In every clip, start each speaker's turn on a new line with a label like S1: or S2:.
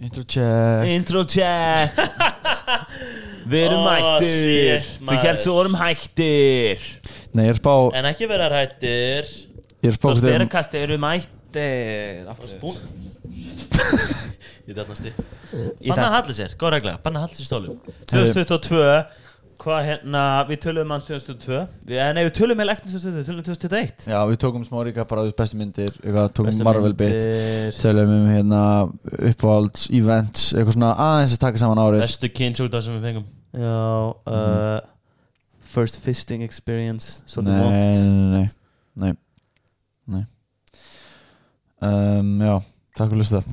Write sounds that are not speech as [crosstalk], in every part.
S1: Intro check
S2: Intro check Við erum
S3: Ó,
S2: hættir
S3: shit,
S2: Þú
S3: maður.
S2: kjært svo vorum hættir
S1: Nei, ég er að spá
S3: En ekki vera hættir
S1: Ég er að spá um-
S2: Frá
S1: hvort við-
S2: styrakasti erum hættir
S3: Bún
S2: Aftur
S3: Ég dætnasti
S2: Í
S3: Banna
S2: dag.
S3: að halla sér, góð regla Banna að halla sér stólum
S2: 2022 Hvað hérna, við tölum hann 2022 Við- eh, Nei, við um tölum með lektum 2022, tölum 2021
S1: Já, við tókum smá ríka bara upp bestu myndir eitthvað, tókum
S2: Bestu
S1: Marvel bit
S2: myndir.
S1: tölum um hérna uppáhalds, events, eitthvað svona aðeins að taka saman árið
S3: Bestu kynnsjúkdóð sem við fengum
S2: Já, uh, first fisting experience
S1: Nei,
S2: Svolítið vond
S1: nei, nei, nei. nei. Um, Já, takk fyrir lusta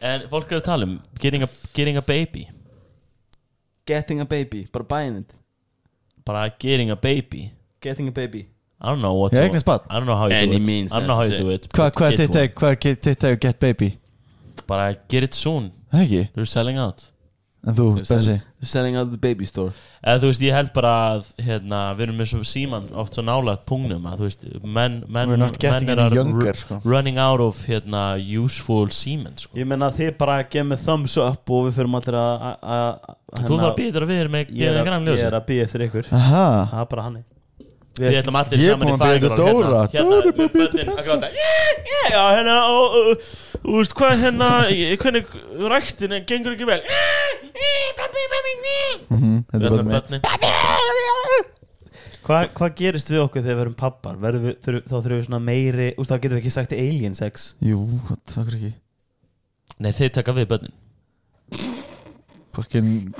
S3: En fólk er að tala um Getting a, getting a baby
S2: Getting a baby, bara buying it
S3: Bara getting a baby
S2: Getting a baby
S3: I don't know what
S1: Ég
S3: to-
S1: eignast barn.
S3: I don't know how you
S2: Any
S3: do it
S2: means
S3: I don't know how you do
S2: necessary.
S3: it
S1: Hvað
S3: but
S1: hva er
S3: get
S1: þitt
S3: one.
S1: tag, hvað er þitt tag Get Baby?
S3: Bara get it soon
S1: Það ekki?
S3: You're selling out
S1: En þú, Bensi
S2: Selling out the baby store
S3: Eða þú veist, ég held bara að hérna, við erum með svo síman oft svo nálaðt pungnum að þú veist, menn, menn,
S1: We're not getting
S3: menn
S1: any
S3: að
S1: younger,
S3: ru-
S1: sko.
S3: running out of hérna, useful símen sko.
S2: Ég menna þið bara gefið mig thumbs up og við förum allir að að- að-
S3: Þú
S2: hérna-
S3: þarf býður að við erum með
S2: Ég er
S3: geðið
S2: að-
S3: grann
S2: ég
S3: ljósi
S2: er að býja eftir ykkur
S1: Aha
S2: Það er bara hann
S3: Við ætlum allir
S1: Ég er
S3: saman í
S1: búinn að biðja
S3: fæðingar
S1: Dóra.
S3: Hérna,
S1: Dóra er búin að biðja
S3: bötnin að
S1: pizza.
S3: gráta "Yeah, yeah," Já, hérna, og og, þú veist hvað hérna ég- hvernig ræktin gengur ekki vel
S1: Mhm, Þetta er bara mitt
S3: Bötnin
S2: Hvað hva gerist við okkur þegar við erum pappar? Verðum við, þurf, þá þurfum við svona meiri úst, Það getum við ekki sagt alien sex
S1: Jú, hvað, takk ekki
S3: Nei, þeir taka við bötnin
S1: Fucking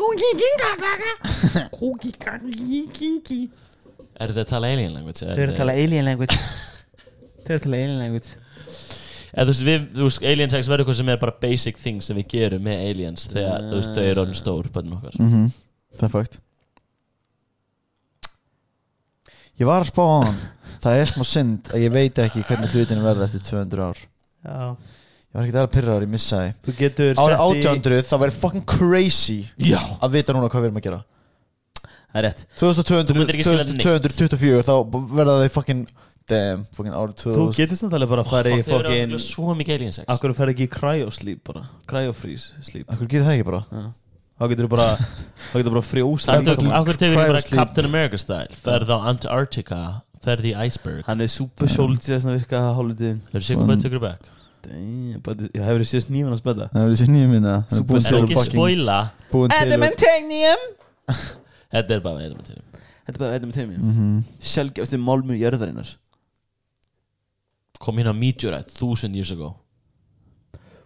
S3: Er þetta að tala alien language?
S2: Þau eru að kalla alien language Þau eru að kalla alien language
S3: Eða, þú veist, við, þú veist, Alien sex verður eitthvað sem er bara basic things sem við gerum með aliens þegar þú veist, þau eru orðin stór bönnum okkar
S2: Mm.
S1: Mhm, Það er fakt Ég var að spá á hann Það er smá synd að ég veit ekki hvernig hlutinu verða eftir 200 ár
S2: Já.
S1: Ég var ekki alveg pyrraður, ég missaði
S2: Þú getur
S1: Árið
S2: sett í-
S1: 800 þá verður fucking crazy
S3: Já
S1: að vita núna hvað við erum að gera
S2: Það er rétt
S1: 2200
S3: Þú myndir ekki skilja
S1: 2224 þá verða þau fucking damn, fucking árið
S2: Þú
S1: 2000
S2: getur samt alveg bara að fara í
S3: Þau eru
S2: fokkin
S3: orðin svo mikið alien sex
S2: Akkur ferð ekki í cryosleep bara Cryofreeze sleep
S1: Akkur gerir það ekki bara
S2: Já. Þá getur þú bara Þá getur þú bara frjósa
S3: Akkur
S1: Akkur-
S3: tegur við bara
S1: Cryosleep.
S3: Captain America style ferð á Antarctica, ferð í Iceberg
S2: Hann er super soldier þess að virka hálfutiðin
S3: Þau eru sigur bara tökur back
S2: Ég hefur sér snífin hans betta
S1: Það er þessi nýjum minna
S2: Super
S3: En
S2: Soul
S3: ekki spoila
S1: búin til úr-
S2: Adamantium
S3: Þetta er bara með þetta
S2: Þetta er bara Adamantium mm
S1: Mhm.
S2: -hmm. Sjálfgefstu málmu jörðarinnar
S3: Kom hérna Meteorite, þúsund years ago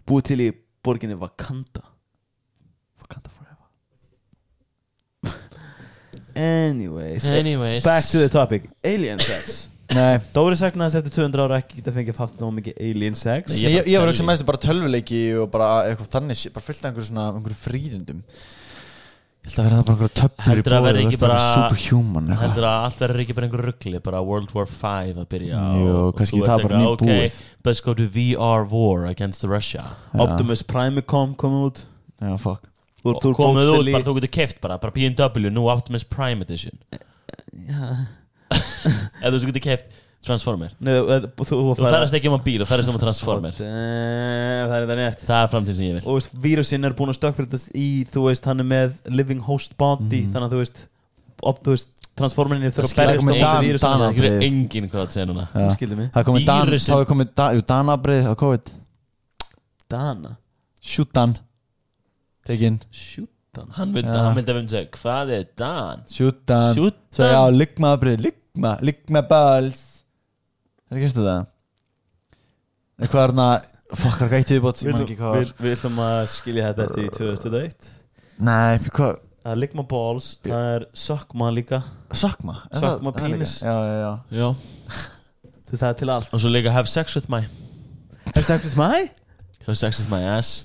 S2: Búið til í borginni Vakanda Vakanda forever [laughs] Anyways
S3: Anyways
S2: Back to the topic Alien sex
S1: Nei,
S2: Dóri saknaðist eftir 200 ára ekki geta fengið haft ná mikið alien sex
S3: Nei,
S1: ég,
S3: Ég er
S1: ég, ég
S3: bara
S1: var
S3: tölvi.
S1: ekki sem mest um bara tölvuleiki og bara eitthvað þannig shit, bara fullt af einhverju svona einhverju fríðindum Ég held að verða bara einhverju töflur í
S3: Heldur að
S1: bóði Það
S3: verði ekki
S1: er bara
S3: bara-
S1: superhuman eitthvað
S3: Heldur að allt verður ekki bara einhver ruggli bara World War 5 að byrja á
S1: Jú,
S3: og
S1: kannski
S3: þú ert
S1: það bara
S3: eitthvað,
S1: nýbúið.
S3: "Okay, Let's go to VR war against Russia
S2: Optimus Primecom kom út
S1: Já, fuck
S2: Úr
S3: og komið út,
S2: túrbókstil í-
S3: bara þú getur keft bara, bara BMW, nú Optimus Prime Edition eða þú getur keft Transformer
S2: Nei, þú- þú- þú
S3: þú ferðast ekki um að bíl, þú ferðast um að Transformer
S2: Damn, Það er það rétt
S3: það er framtíð sem ég vil
S2: og veist, vírusin er búin að stökkfyrtast í þú veist, hann er með living host body
S1: Mhm.
S2: þannig að þú veist, op, þú veist transformerin er
S3: Það
S2: þurfa að
S3: skilur
S2: berjast á
S3: ekki
S2: móti
S1: Dan-
S2: vírusinum.
S1: Dana.
S3: það er enginn hvað það segja núna
S2: þú
S1: Já.
S2: skildir mig,
S1: Það er komið Dan,
S3: Vírusin-
S1: þá er komið Dan, jú, Danabrið á COVID
S2: Dana
S1: Shoot Dan Tekin
S2: sjúttan,
S3: hann vildi,
S1: Já.
S3: hann vildi að vinna segja, hvað er Dan?
S1: Shoot Dan Svo já,
S3: Sjúta
S1: liggmaðabrið, liggma, liggmabals Er ekki eftir það? Nei, Hvað er þarna, fuck, er ekki eitt viðbót Ég man ekki hvað var
S2: við við ætlum að skilja þetta eftir í 2021
S1: Nei, hvað,
S2: að ligma balls, það er sökma líka
S1: sakma Er það-
S2: Suck my
S1: er það líka?
S2: penis.
S1: Já, já, já
S3: já,
S2: þú veist, það er til allt
S3: og svo líka have sex with my
S2: hefur sagt við smæ?
S3: have sex with my ass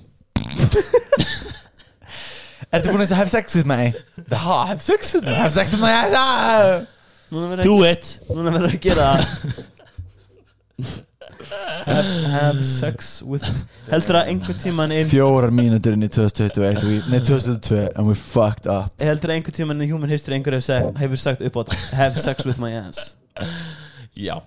S1: Ertu búin að segja have sex with me? Ha, have sex with me? Have sex with me? Ah.
S2: núna verður
S3: do it
S2: núna verður að gera
S1: [laughs]
S2: have, have sex with heldur að einhvern tíman inn
S1: Fjórar mínútur inn í 2021 we- Nei, 2002 and we fucked up
S2: heldur að einhvern tíman í human history einhver hefur sagt, hefur sagt upp á þetta, have sex with my ass
S3: já,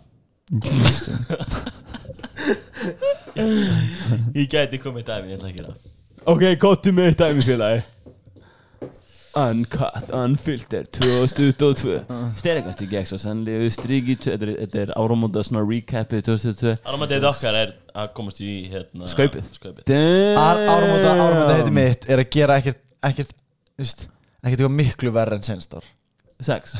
S3: [laughs] Ég gæti komið í dæmi, ég ætla ekki það
S2: [laughs] Ok, gottu með eitt dæmisfélagi Uncut, unfiltered 2022 Sterkast í gegn svo sannlega Stríki, þetta er- þetta er áramóta svona recapið 2022
S3: Áramætið okkar er að komast í hérna,
S2: Skaupið.
S3: skaupið.
S1: Ar-
S2: Damn.
S1: Áramóta, áramóta heiti mitt er að gera ekkert ekkert, þú veist, ekkert eitthvað miklu verra en senst ár
S2: Sex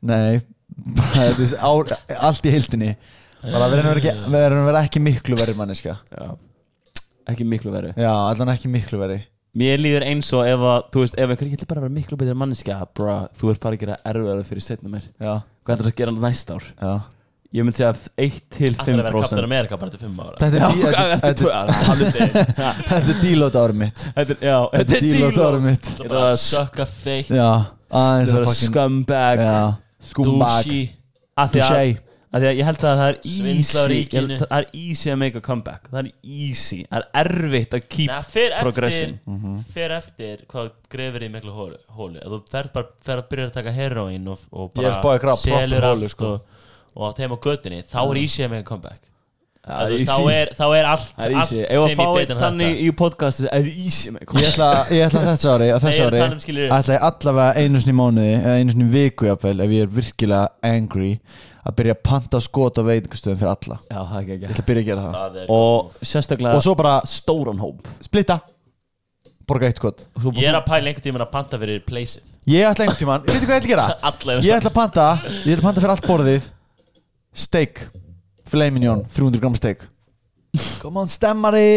S1: Nei, bara, þú veist, ár, allt í heildinni bara við erum að vera ekki, við erum að vera ekki miklu verri manneska
S2: Já. Ekki miklu verið
S1: Já, allan ekki miklu verri
S2: Mér líður eins og ef að, þú veist, ef einhver ég ætla bara að vera miklu betur manneskja Bra, þú ert bara að gera erfiðara fyrir setna mér
S1: Já,
S2: Hvað ætlar að gera næsta ár?
S1: já
S2: Ég myndi segja 1-5%
S3: Ætlar að vera Captain America bara til 5 ára
S1: Þetta
S2: Já,
S1: er, dí- þetta-
S2: eftir tvö
S1: þetta- [laughs]
S2: ára [laughs] Haldið.
S1: þetta er dílót árið mitt
S2: Þetta er, já,
S1: Þetta er dílót árið mitt
S2: Ég
S3: Það er
S2: ætla
S3: bara að
S2: að-
S3: sökka feitt
S1: Já, aðeins
S2: Þetta
S1: að
S2: er
S1: fucking
S2: scumbag
S1: Já, skúmbag
S3: Dúshi
S2: Af því að,
S1: Dushei
S2: af því að ég held að það er
S3: Svindla
S2: easy ég
S3: ríkinu.
S2: held að Það er easy að make a comeback Það er easy, það er erfitt að keep
S3: Nei, fyrir eftir
S2: Progression. Mhm.
S3: Fyrir eftir hvað þú grefur í miklu hólu, hólu. Ef Þú ferð bara fer að byrja að taka heroin og, og
S1: Ég er spáði að
S3: bara
S1: grafa proper hólu,
S3: allt
S1: sko.
S3: og, og átt heim á götunni þá er Easy að með comeback
S2: Mhm. Það
S3: Að þú veist, þá, er, þá er allt,
S2: Það er
S3: allt
S2: easy Ef að
S3: sem
S2: fá
S3: ég
S2: einn
S3: betur en
S2: þannig
S3: þetta
S2: í podcasti Það er easy make a
S1: Ég
S2: comeback
S1: ætla, ég ætla þessu ári og þessu
S3: Nei, ég er að
S1: ári
S3: tala um, skilurðu.
S1: ætla ég allavega einu sinni í mánuði eða einu sinni í viku jafnvel ef ég er virkilega angry að byrja að panta skot á veitingustöðum fyrir alla
S2: Já, það er ekki
S1: Ég
S2: ekki
S1: ætla að byrja að gera það
S3: Það er
S2: Og
S3: Ah.
S1: Og
S2: sérstaklega
S1: svo bara
S2: stóran hóp
S1: splitta Borga eitt skot
S2: Og svo-
S3: Ég er að pæla einhvern tímann að panta fyrir pleysið
S1: Ég ætla einhvern tímann, veitu hvað ég ætla að
S3: [laughs]
S1: gera?
S3: Alla
S1: Ég ætla að panta, ég ætla að panta fyrir allt borðið Steak Filet mignon, 300 gram steak Come on stemmari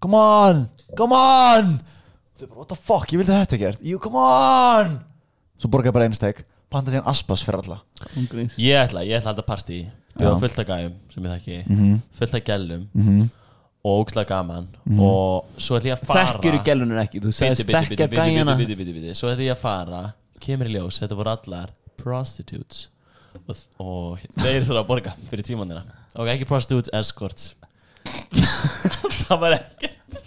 S1: Come on, come on Þau bara, what the fuck, ég vildi þetta gert You come on Svo borga ég bara einu steak, panta síðan aspas fyrir alla
S2: Hún gríns.
S3: Ég ætla, ég ætla alltaf partí Bjóða
S1: Já.
S3: fullt af gæjum sem ég þekki mm
S2: Mhm.
S3: -hmm. Fullt af gælum Og ógslag gaman Og svo ætla ég að fara
S2: Þekkir í gælunir ekki Þú
S3: Bíddu,
S2: segist
S3: bíddu,
S2: þekka
S3: bíddu, bíddu,
S2: gæjana
S3: bíddu, bíddu, bíddu, bíddu. Svo ætla ég að fara Kemur í ljós, þetta voru allar Prostitutes Og, og þeir þurfa að borga fyrir tímanina Og ekki prostitutes, escorts [laughs] Það var ekkert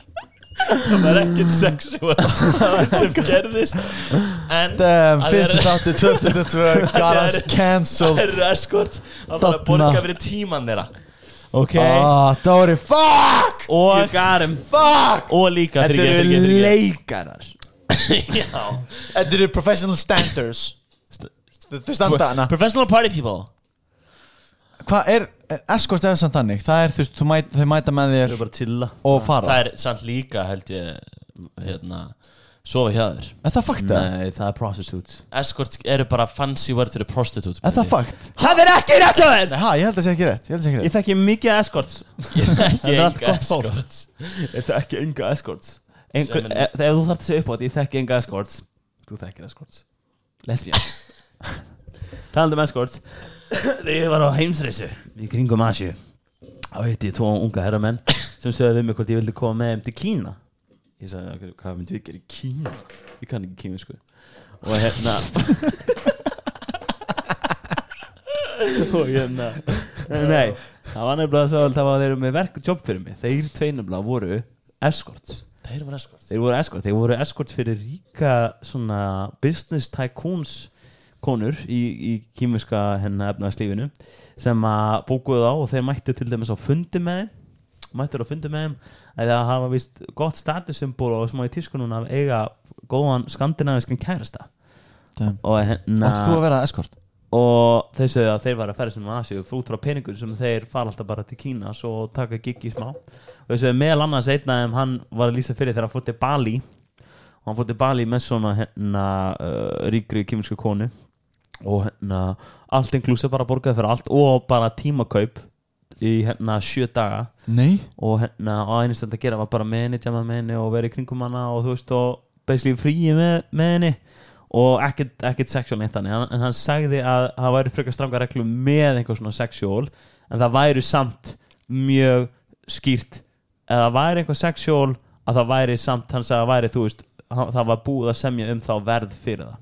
S3: Það var ekkert sexual [laughs] Sem gerðist En
S1: Damn,
S3: að
S1: fyrsti
S3: vera-
S1: þáttu 2022 got us
S3: Það
S1: cancelled
S3: eru escort Það var að
S1: Þarna.
S3: borga fyrir tíman þeirra Ok
S1: Ah, Dóri, fuck
S2: You
S3: Og,
S2: got him
S1: Fuck
S3: og líka
S2: Þetta
S3: fyrirgeðu,
S2: eru
S3: fyrirgeðu, fyrirgeðu.
S2: leikarar
S3: [laughs] Já
S1: Þetta eru professional standers Þau standa hana
S3: Professional party people
S1: Hvað er, eskort eða samt þannig Það er, þú veist, þú mæt, þau mæta með þér
S2: Þau bara chilla
S1: og fara
S3: Það er samt líka held ég Hérna Sofa hjá þér
S1: Er það fakt það?
S2: Nei, það er prostitutes
S3: Escorts eru bara fancy word fyrir prostitute
S1: Er það fakt?
S2: Það er ekki
S1: Nei,
S2: rættlaðin
S1: ha, ég held að sé ekki rétt Ég held að sé ekki
S2: Ég
S1: rétt
S2: þekki mikið escorts
S3: Ég
S2: Það er allt
S3: enga
S2: gott fólk.
S3: escorts
S2: Ég þekki enga escorts Einhver,
S3: Sem
S2: e,
S3: er-
S2: Ef þú þarft að segja upp á þetta Ég þekki enga escorts Þú þekkir escorts Lesbjörn [laughs] Talandi um escorts Þegar ég var á heimsreysu Í kringum Asju Þá hitti ég tvo unga herramenn Sem sögðu við mig hvort ég vildi koma með þeim til Kína Ég sagði "Hvað- hvað myndi við gera í Kína Ég kann ekki kínu sko Og hérna [laughs] og hérna Nei, það var nefnilega svo að það var þeir eru með verk jobb fyrir mig Þeir tveir nefnilega voru escorts
S3: Þeir voru escorts
S2: Þeir voru escorts, þeir voru escorts fyrir ríka svona business tycoons konur í, í kýmiska hérna efnaðslífinu sem að bókuðu þá og þeir mættu til dæmis á fundi með þeim mættur á fundi með þeim að það hafa vist gott statussymbol og smá í tísku núna að eiga góðan skandinaviskan kærasta
S1: Damn.
S2: og hérna
S1: Áttu þú að vera eskort?
S2: og þeir sögðu að þeir var að ferðast um Asíu út frá peningur sem þeir fara alltaf bara til Kína svo taka giggi smá og þeir sögðu meðal annars einn af þeim hann var að lýsa fyrir þegar hann fór til Bali og hann fór til Bali með svona hérna uh, ríkri kýminsku konu og hérna allt inklusa bara borgaði fyrir allt og bara tímakaup í hérna sjö daga
S1: Nei
S2: og hérna á einu stund að gera var bara með henni, tjama með henni og vera í kringum hana og þú veist og basically fríi með, með henni og ekkert, ekkert sexual neitt hann en hann sagði að það væri frekar stranga reglum með einhver svona sexual en það væri samt mjög skýrt ef það væri einhver sexual að það væri samt hann sagði að það væri þú veist hann- það var búið að semja um þá verð fyrir það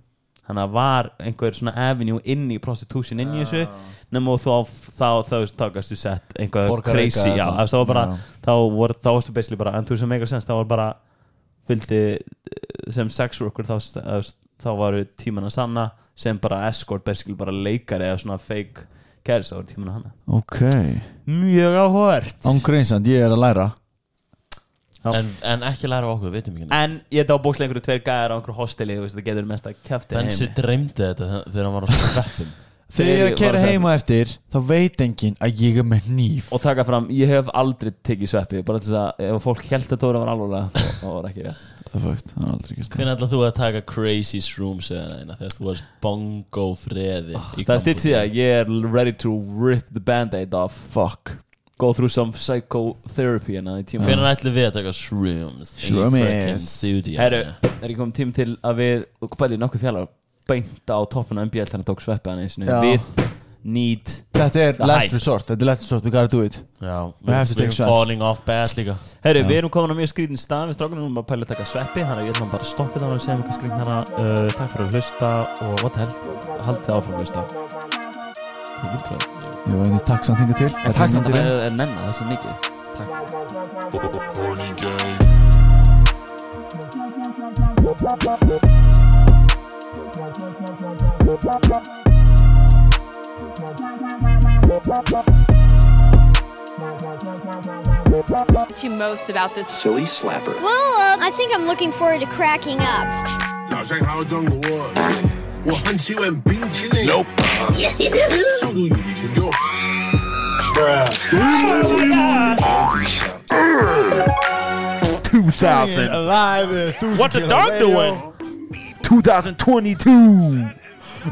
S2: þannig að var einhver svona avenue inn í prostitution inn í þessu nema og þá, þá, þá, þá takast þú sett einhver
S1: Borgar
S2: crazy,
S1: eitthvað,
S2: já,
S1: eitthvað.
S2: það var bara
S1: Uh, Já.
S2: þá voru, þá varstu basically bara en þú sem meikar sens, þá var bara fylgdi eh, sem sex worker þá, st- eða, st- þá varu tíman að sanna sem bara escort basically bara leikari eða svona fake kærist ára tíman hana
S1: Ok
S2: mjög áhört
S1: Ángrinsand, ég er að læra
S2: Já.
S3: en, en ekki læra af okkur, við vitum ekki neitt.
S2: en ég dá bókslega einhverju tveir gæðar á einhverju hosteli þú veist það getur mest að kæfti
S3: Bensi dreymdi þetta þe- þegar hann var á sveppum
S1: Þegar ég er að kera heima eftir Þá veit enginn að ég er með nýf
S2: og taka fram, ég hef aldrei tekið sveppi bara til þess að ef fólk held að Dóra var alveg þá var ekki rétt
S1: Það er fakt, það er aldrei gert
S3: Hvernig ætlaði þú að taka crazy shrooms eða eina þegar þú varst bongo freði
S2: það er stilt síðan, ég er ready to rip the band-aid off fuck go through some psychotherapy hérna í tíma
S3: Hvernig ætlaði við að taka shrooms í
S1: Shroomies.
S3: fucking studio
S2: Herru, er ekki komið tím til að við og bæli nokkuð fjallar beinta á toppuna MBL þannig að tók sveppi hann eins og
S1: Já.
S2: við need
S1: Þetta er
S2: The
S1: last
S2: hype.
S1: resort, þetta er last resort, we gotta do it
S3: Já,
S1: We have to
S3: við
S1: take
S3: erum
S1: shots.
S3: falling off bad líka
S2: Herru,
S1: Já.
S2: við erum komin á mjög skrítin stað við strákunum erum að pæla að taka sveppi þannig að ég ætlum bara að stoppa það og segja mjög skrítin hana uh, takk fyrir að hlusta og what the hell haldið þið áfram að hlusta Það er intro.
S1: Ég veit ekki takk samt hinga til
S2: En takk samt að það er menna þessu mikið Takk
S4: to most about this
S5: Silly Slapper.
S6: Well, uh, I think I'm looking forward to cracking up.
S7: 早上好，中国！我很喜欢冰淇淋。Nope. 速度与激情中。
S1: What the dog doing?
S2: 2022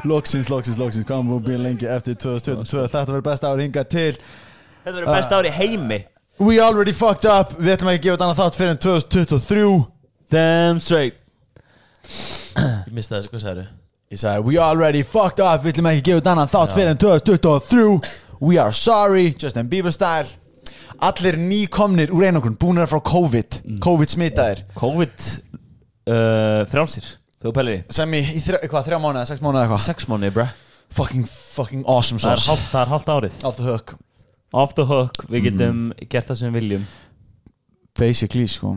S1: Loksins, loksins, loksins, hvað maður búin lengi eftir 2022 Þetta verður besta ár hingað til Uh,
S2: Þetta verður besta ári heimi
S1: We already fucked up, við ætlum ekki að gefa þetta annað þátt fyrir en 2023
S2: Damn straight
S3: Ég misti þessu, hvað sagðu?
S1: Ég sagði, we already fucked up, við ætlum ekki að gefa þetta annað þátt fyrir en 2023 We are sorry, Justin Bieber style Allir nýkomnir úr einangrun, búinir frá COVID COVID smitaðir
S2: COVID uh, frálsir Þú pælir því
S1: Sem í, í þrjá, hvað, þrjá mánuða, sex mánuða eitthvað
S2: Sex mánuði bruh
S1: Fucking, fucking awesome
S2: Það er
S1: sauce
S2: hálft- það er hálft árið
S1: Off the hook
S2: Off the hook, við getum gert það sem við viljum
S1: Basically, sko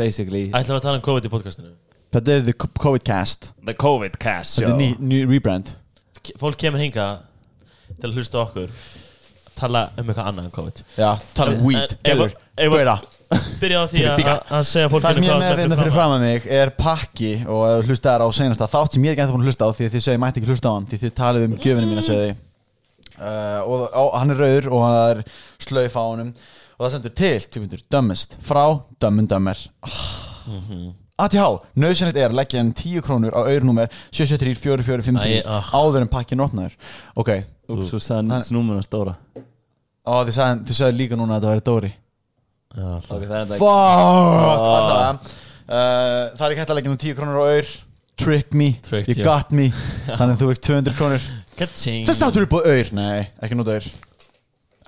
S2: Basically
S3: Ætlaði að tala um COVID í podcastinu
S1: Þetta er the COVID cast
S2: The COVID cast
S1: Þetta er ný, ný rebrand
S3: K- Fólk kemur hinga til að hlusta á okkur Tala um eitthvað annað en COVID
S1: Já, tala um
S3: En-
S1: weed,
S3: en-
S1: gerður,
S3: ef- ef-
S1: gauðra
S3: Byrja á því að-
S1: Bíka.
S3: að að segja fólkinu
S1: Það sem ég er
S3: hvað
S1: með
S3: stendur
S1: vinna fyrir
S3: fram á.
S1: fram að mig er pakki og ef þú hlustaðar á senasta þátt sem ég er ekki ennþá búin að hlusta á því að þið segja mætti ekki hlusta á hann því þið talið um gjöfinu mína segði uh, og á, hann er rauður og hann er slöif á honum og það sendur til, tjúmyndur, dömmist frá dömmun dömmer oh.
S3: Mhm.
S1: ATH, nöðsynlegt er að leggja hann 10 krónur á auðrunúmer 773-4453
S3: Æ, ah.
S1: áður en pakkin opnaður ok,
S2: Úps, þú sagði snúmuna stóra
S1: og þið sagði, þið sagði líka núna að þetta væri Dóri
S3: Já, alltaf.
S2: Ok, það er þetta
S1: Fuck Allavega uh, Það er ekki hægt að leggja nú 10 krónur á auður Trick me,
S3: Tricked
S1: you
S3: you.
S1: got [laughs] me Þannig að þú veist 200 krónur
S3: Ka-ting.
S1: Þessi þáttur er búið auður Nei, ekki nút auður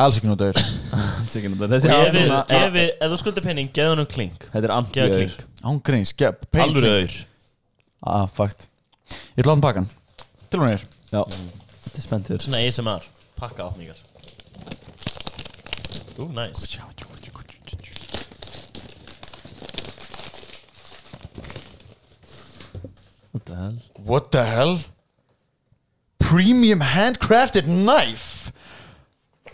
S1: Alls ekki nút auður
S2: Þessi
S3: Ef
S2: er
S3: við-
S1: núna-
S3: ef við- ef þú skuldir penning, geðu hann um klink
S2: Þetta er
S3: Geða
S2: amtjöður
S3: klink,
S1: Ángreins, gepp
S3: alveg auður
S1: Ah, fakt Ég ætla hann pakkan Til hún er
S2: Já Þetta er spenntur
S3: Svona ASMR, pakka opningar Ú, næs nice.
S2: What the hell
S1: What the hell? Premium handcrafted knife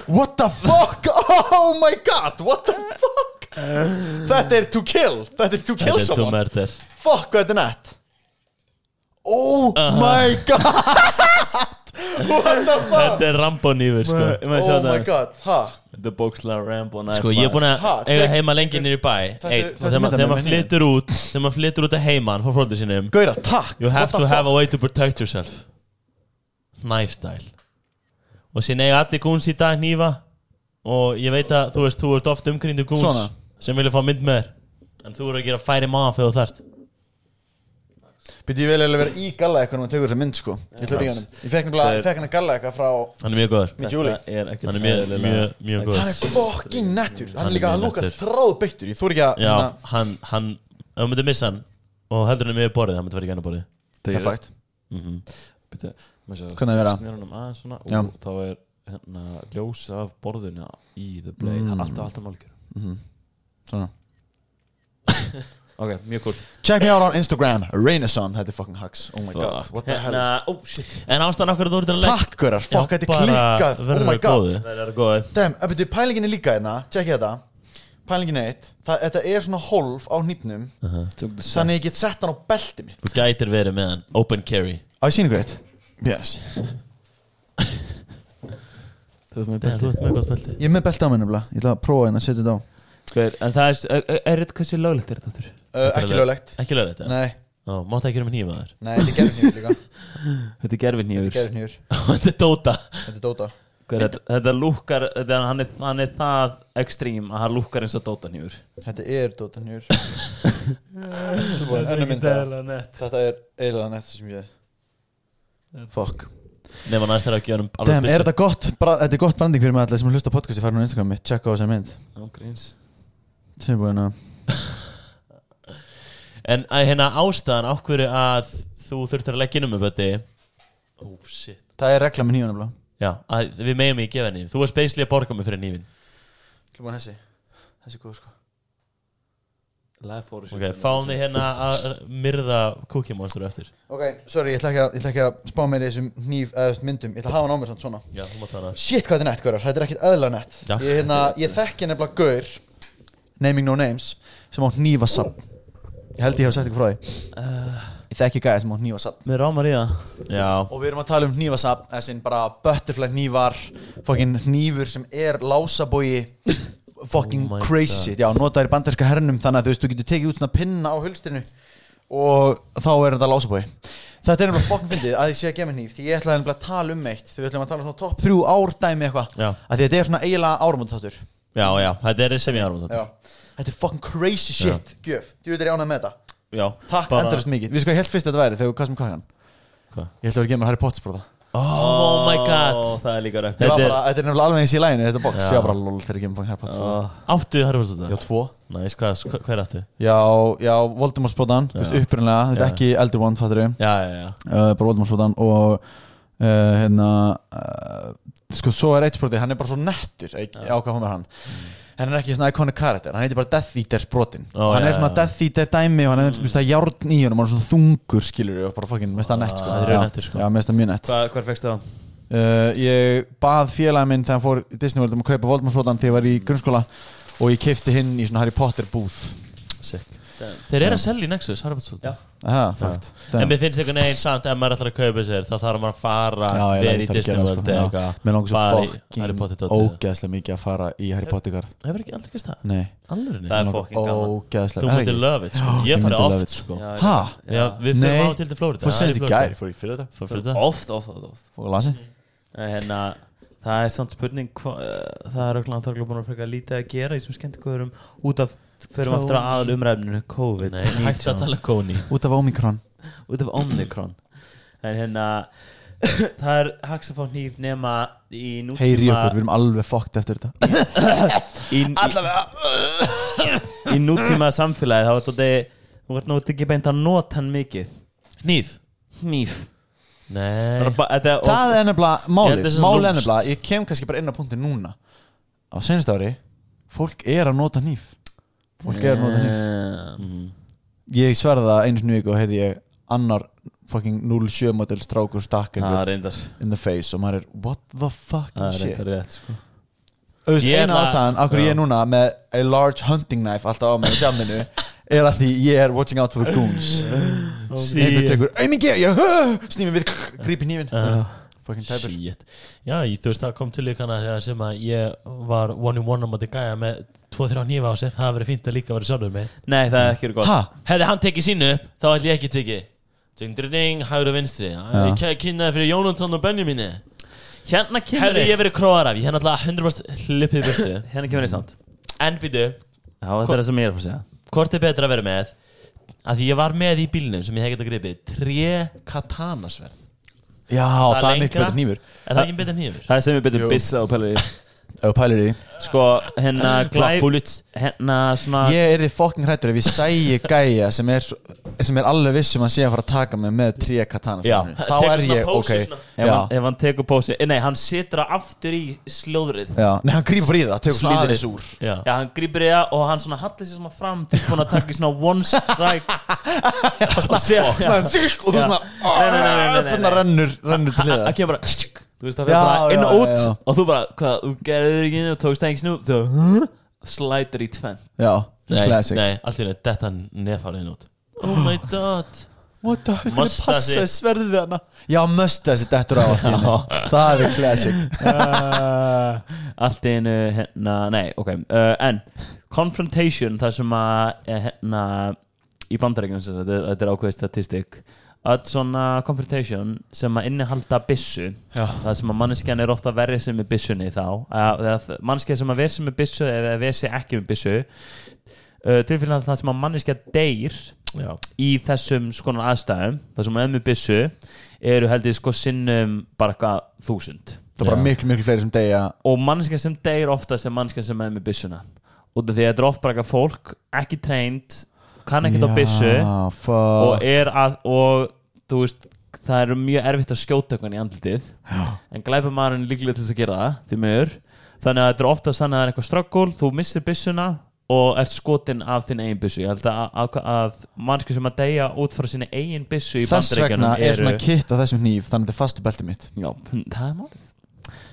S1: What the fuck? [laughs] Oh my god, what the [laughs] fuck? Þetta er to kill Þetta er to kill
S3: Þetta er
S1: someone
S3: tómerter
S1: Fuck hvað þetta er nett Oh my god What the fuck
S3: Þetta er Rambo nýfur, sko
S2: Ég maður sjá
S1: Oh my
S2: þetta
S1: god ha.
S2: Þetta er bókslega rambo
S3: Sko, ég er búin að
S1: Ha,
S3: eiga
S1: tek-
S3: heima lengi nýri bæ
S1: Taktu-
S3: Einn,
S1: taktu
S3: og þegar ma-
S1: myndirnar
S3: þegar
S1: með
S3: maður
S1: henni.
S3: flyttur út Þegar maður flyttur út að heiman frá fróndur sínum
S1: Gauðra, takk
S3: You have
S1: What
S3: to
S1: the
S3: have a
S1: fuck?
S3: way to protect yourself Knife style Og sín eiga allir gúns í dag nýfa Og ég veit að þú veist, þú ert oft umkringdu gúns
S1: Svona.
S3: Sem vilja fá mynd með þér En þú eru að gera færi maður þegar þú þart
S1: Býtti ég vel eiginlega vera í galla eitthvað Nú að tegur þessa mynd sko Ég ætla í honum Ég fekk nefnilega- ég fekk hann að galla eitthvað frá
S3: Hann er mjög góður
S1: Minn Júli
S2: Þetta er ekkert
S3: Hann er mjög, mjög, mjög góð
S1: Hann er fucking nettur Hann
S3: Hann er
S1: er líka
S3: mjög
S1: að lúka
S3: nettur.
S1: þráð beittur Ég þú ekki að
S3: Já,
S1: hérna-
S3: hann, hann Ef hann myndi missa hann Og heldur hann með borðið Hann myndi vera í gæna borðið
S1: Það er fakt
S2: Býtu, maður sjá
S1: Hvernig er vera?
S2: Snýrunum aðeins svona
S1: Já.
S2: og þá er hérna ljós af
S1: Mm. Mhm.
S2: [laughs] borðinu í the blade Það er alltaf, alltaf málgjör
S1: Svona
S3: Ok, mjög cool
S1: Check me out on Instagram Renason, þetta er fucking hacks Oh my god, what the hell
S2: Hérna, ó, shit
S3: En ástæðan okkur að þú ert að leggja
S1: Takk görar, fuck, þetta er klikkað Oh my god
S2: Það er góði
S1: Damn, en betur pælingin er líka hérna Checki þetta Pælingin er eitt Það- Þetta er svona hólf á hnýpnum Þannig að ég get sett hann á belti mitt
S3: Þú gætir verið með hann Open carry
S1: Á ég sínu greitt Yes
S2: Þú veist
S3: Nei, Þú ert með gott belti
S1: Ég er með belti á mér nefnilega Ég ætla að prófa hérna að setja þetta á
S2: Hver, en það er, er, er þetta hversu löglegt er þetta þurr?
S1: uh, Ekki löglegt
S3: Ekki löglegt, já
S1: Nei,
S3: Ó, Máttu ekki vera með nýma þar
S1: nei, þetta er gerðnýr
S2: [laughs]
S1: líka
S2: Þetta er gerfin nýjur
S1: Gerðnýr,
S3: [laughs] Þetta er Dota
S1: þetta er Dota
S2: þetta, þetta lúkkar, þetta, hann, er, hann er það ekstrím að hann lúkkar eins og Dota nýjur
S1: Þetta er Dota njur Önnum mynda Þetta er eiginlega nett sem ég Fuck
S3: Nefna næst er að gefa hann alveg
S1: Damn, er
S3: byssu.
S1: þetta gott, bra, þetta er gott branding fyrir mig allir sem hlusta á podcasti farin á Instagram mitt, checka á þessa mynd uh.
S2: Ángríns
S1: sem er búin að
S3: En að hérna ástæðan á hverju að þú þurftir að leggja um innum með böti Ó, shit
S1: Það er regla með nýjum nefnilega
S3: Já, að við megum ekki gefa henni Þú varst beisli að borga mig fyrir nýfin
S1: Klúman þessi, þessi er góð sko
S2: Life for
S3: Ok, fáum þið hérna að myrða Cookie Monster eftir
S1: Ok, sorry, ég ætla ekki að, ég ætla ekki að spá mér í þessum nýf eða þessum myndum, ég ætla að hafa hann á mér samt svona
S3: Já, þú mátt hana
S1: Shit hvað þetta er nett, Gaurar, þetta er ekkit eðla nett
S3: Já.
S1: Ég, hérna, ég þekki nefnilega Gaur Naming No Names sem á nýfasapp Ég held ég hef sagt ykkur frá því Ég þekki gæði sem á nýfasapp
S2: Mér rámar í það
S3: Já,
S1: Og við erum að tala um nýfasapp, þessin bara butterfly nývar Fokkin nýfur sem er lásabói Fokkin
S3: Oh my
S1: crazy shit Já, notaður í banderska hernum þannig að þú veist, þú getur tekið út svona pinna á hulstrinu Og þá er þetta lásabói Þetta er nefnilega fokkin fyndið að ég sé að gefa mér nýf Því ég ætlaði nefnilega að tala um eitt Þú ætlaði að tala um svona topp þrjú árdæmi eitthvað
S3: Já.
S1: Af Því þetta er svona eiginlega árumóttáttur
S3: já, já, þetta er sem ég árum þetta
S1: Þetta er fucking crazy shit Gjöf, þú veit er ánað með þetta
S3: Já,
S1: Takk
S3: bara-
S1: endurist mikið Við sko helt fyrst þetta væri þegar við kastum kakkan
S3: Hvað?
S1: Ég held að vera að gefa mér Harry Potter spróða
S3: Oh my
S2: Ó,
S3: god
S2: Það er líka rökk
S1: Þetta
S3: Þetta
S1: er
S3: er-
S1: bara- þetta er nefnilega alveg eins í læginu Þetta box,
S3: Já.
S1: ég var bara lol þegar ég gefum fucking Harry Potter spróða
S3: Áttu Harfaldsson
S1: Já, tvo
S3: Næs, hvað, hvað hvað er áttu?
S1: Já, já, Voldemort spróðan Þú veist, upprunalega, þú veist, ekki Elder Wand, fattur við uh,
S3: Já, já, já
S1: Bara Voldemort spróðan og uh, hérna uh, Sko, svo er eitt spróði, hann er bara svo nettur Ég ég ákvað hún með hann Hann er ekki svona iconic karakter, hann heitir bara Death Eater sprótin
S3: Mm. Ó,
S1: Hann
S3: já,
S1: er svona
S3: já.
S1: Death Eater dæmi og hann er mm. svona járn í honum Hann er svona þungur, skilur við, og bara fucking, mest það nett sko
S3: Ah, þetta er nettur, sko.
S1: Já, já, mest það mjög nett
S2: Hvað, hver fegst það?
S1: Uh, ég bað félagin minn þegar hann fór í Disney World um að kaupa Voldemarsflotan þegar ég var í grunnskóla og ég keipti hinn í svona Harry Potter búð
S3: Sick Þeir eru að selja í Nexus, Harfaldsson
S2: Já.
S1: Aha, fakt
S3: En mér finnst einhvern veginn samt ef maður ætlar að kaupa sér þá þarf maður að fara
S1: Já, ég þarf
S3: verið í
S1: að
S3: Disney
S1: gera það, sko.
S3: World eða
S1: Já.
S3: eitthvað.
S1: Mér langar
S3: Fara í
S1: svo
S3: Harry Potter
S1: fucking
S3: dótið.
S1: ógeðslega mikið að fara í Harry Potter garð
S3: Hefur ekki aldrei gæst það?
S1: Nei,
S3: Alvörinni?
S2: Það er
S1: Mér
S2: fucking
S1: langar
S2: gaman
S1: ógeðslega
S3: Þú
S1: Er
S3: myndir
S1: ekki?
S3: love it sko. Ég
S1: Ég
S3: fari
S1: myndi love
S3: oft
S1: it,
S3: sko
S2: Já,
S1: Ha?
S3: Já, við
S1: Nei.
S3: fyrir á til til Florida
S1: Fór
S3: það er
S1: senst í gær, fór í fyrir þetta
S3: Fór fyrir það
S2: Oft, oft, oft, oft
S1: Fór að lasi
S2: En hérna, það er samt spurning hva, uh, það er öll antarklega búin að freka lítið að gera í þessum skemmtikóðurum út af förum aftur að aðal umræfninu COVID
S3: Nei, hætti að tala um Kóni
S1: Út af Omikron
S2: út af Omikron en hérna það er haks að fá hníf nema í nútíma
S1: Heyri í okkur, við erum alveg fokkt eftir þetta
S2: í, í, í nútíma samfélagi þá er þetta þú ert nú ekki beint að nota hann mikið
S3: Nýð
S2: hníf
S3: Nei
S2: það er bara- þetta er
S1: Það er nefnilega
S3: Ég held
S1: málið
S3: þessi
S1: Málið er
S3: lúmst.
S1: nefnilega, ég kem kannski bara inn á punktin núna Á senast ári, fólk er að nota hníf Fólk er að nota
S2: Eh.
S1: hníf
S2: hníf Mhm.
S1: Ég sverða það einu sinni í viku og heyrði ég annar fucking 07 model strákur stakk
S2: það
S1: einhvern
S2: reyndar
S1: in the face og maður er what the fucking
S2: það
S1: shit
S2: reyndar rétt sko
S1: Þú veist,
S3: Ég
S1: eina
S3: ætla-
S1: ástæðan af hverju
S3: Já.
S1: ég er núna með a large hunting knife alltaf á mig í jamminu er að því ég er watching out for the goons einhver tekur aumingi ég [laughs] snými við [laughs] grípi nýfin fucking tæpur
S3: Shit Já, ég, þú veist það kom til líka hana sem að ég var one in one á móti gæja með 2-3 nýfa á sér það hafði verið fínt að líka verið sjálfur með
S2: nei það er ekki verið gott
S1: ha
S3: Hefði hann tekið sínu upp þá ætli ég ekki tekið Ding, ding, ding, hægur og vinstri Ég kynnaði fyrir Jónatan og Benjamíni
S2: Hérna kemur
S3: Hefði
S2: eitt.
S3: ég verið króar af, hérna ég hef náttúrulega 100% hlipið burtu
S2: Hérna kemur ég samt
S3: En býtu,
S2: Já, þetta er það sem ég er að fara að segja
S3: hvort er betra að vera með að því ég var með í bílnum sem ég hef getað gripið tre katanasverð
S1: já það er miklu
S3: lengra?
S1: betur nýfur
S3: Er það ekki betra nýður?
S2: Það er sem við betur
S1: Jú.
S2: bissa og pælir í
S1: ef þú pælir í því.
S2: Sko, hérna
S3: [laughs] Glock
S2: Hérna svona
S1: ég er því fucking hrættur ef ég sæi gæja sem er svo- sem er alveg vissum að sé að fara að taka mig með tríja katana
S2: Já.
S1: þá er ég, ok
S2: ef,
S1: já,
S2: hann, ef hann tekur pósi Nei, hann situr aftur í slóðrið
S1: já, nei, hann grýpur í það, tekur svona
S2: Slítur
S1: aðeins
S2: í.
S1: úr
S3: Já.
S2: Já, hann grýpur í það og hann svona hallir sér svona fram til búin að taka í svona one
S3: [laughs]
S2: strike og sé
S1: svona, zikk, og þú
S2: Já.
S1: svona
S2: Nei, nei, nei, nei, nei, nei.
S1: þannig rennur, rennur til
S2: Það
S1: það
S2: kemur bara Þú veist, það fyrir
S1: Já,
S2: bara inn
S1: já,
S2: og út
S1: já, já.
S2: og þú bara, hvað, þú gerðir ekki og tókst það ekki snúb þú slætir í tvenn
S1: já,
S3: Nei,
S1: classic
S3: nei, allt í leið, þetta nefárið út [gasps] Oh my god
S1: what the heck, hvernig
S3: Mustache.
S1: passa þessi sverðið við hana já, must þessi dettur á allt í einu. það er classic
S2: Allt í einu, hérna, nei, ok uh, En, confrontation, það sem að eh, hérna, í bandaríkjum sem sagt, þetta er- þetta er ákveðið statistik að svona confrontation sem að innihalda byssu Já. það sem að manneskjan er ofta verið sem er byssunni þá að manneskja sem að verið sem er byssu eða verið sem ekki með byssu uh, tilfellin að það sem að manneskja deyr
S3: Já,
S2: í þessum skonar aðstæðum þar sem að ömmu byssu eru heldur sko sinnum bara eitthvað þúsund
S1: það er bara miklu, miklu fleiri sem degja
S2: og mannskja sem deyr oftast er mannskja sem er með byssuna út af því að þetta er oft bara eitthvað fólk ekki treynd, kann ekkert á byssu og
S1: fuck
S2: er að og þú veist, það eru mjög erfitt að skjóta eitthvað í andlitið Já. en glæpa maðurinn líklega til þess að gera það því miður, þannig að þetta er oftast þannig að það er eitthvað ströggul, þú missir byssuna og ert skotin af þinn eigin byssu ég held að, að, að mannskja sem að deyja út frá sinni eigin byssu í
S1: þess vegna
S2: bandaríkjunum
S1: er
S2: eru
S1: svona kitt á þessum hníf þannig að þetta er fastu beltið mitt
S2: Já, [laughs] það er mál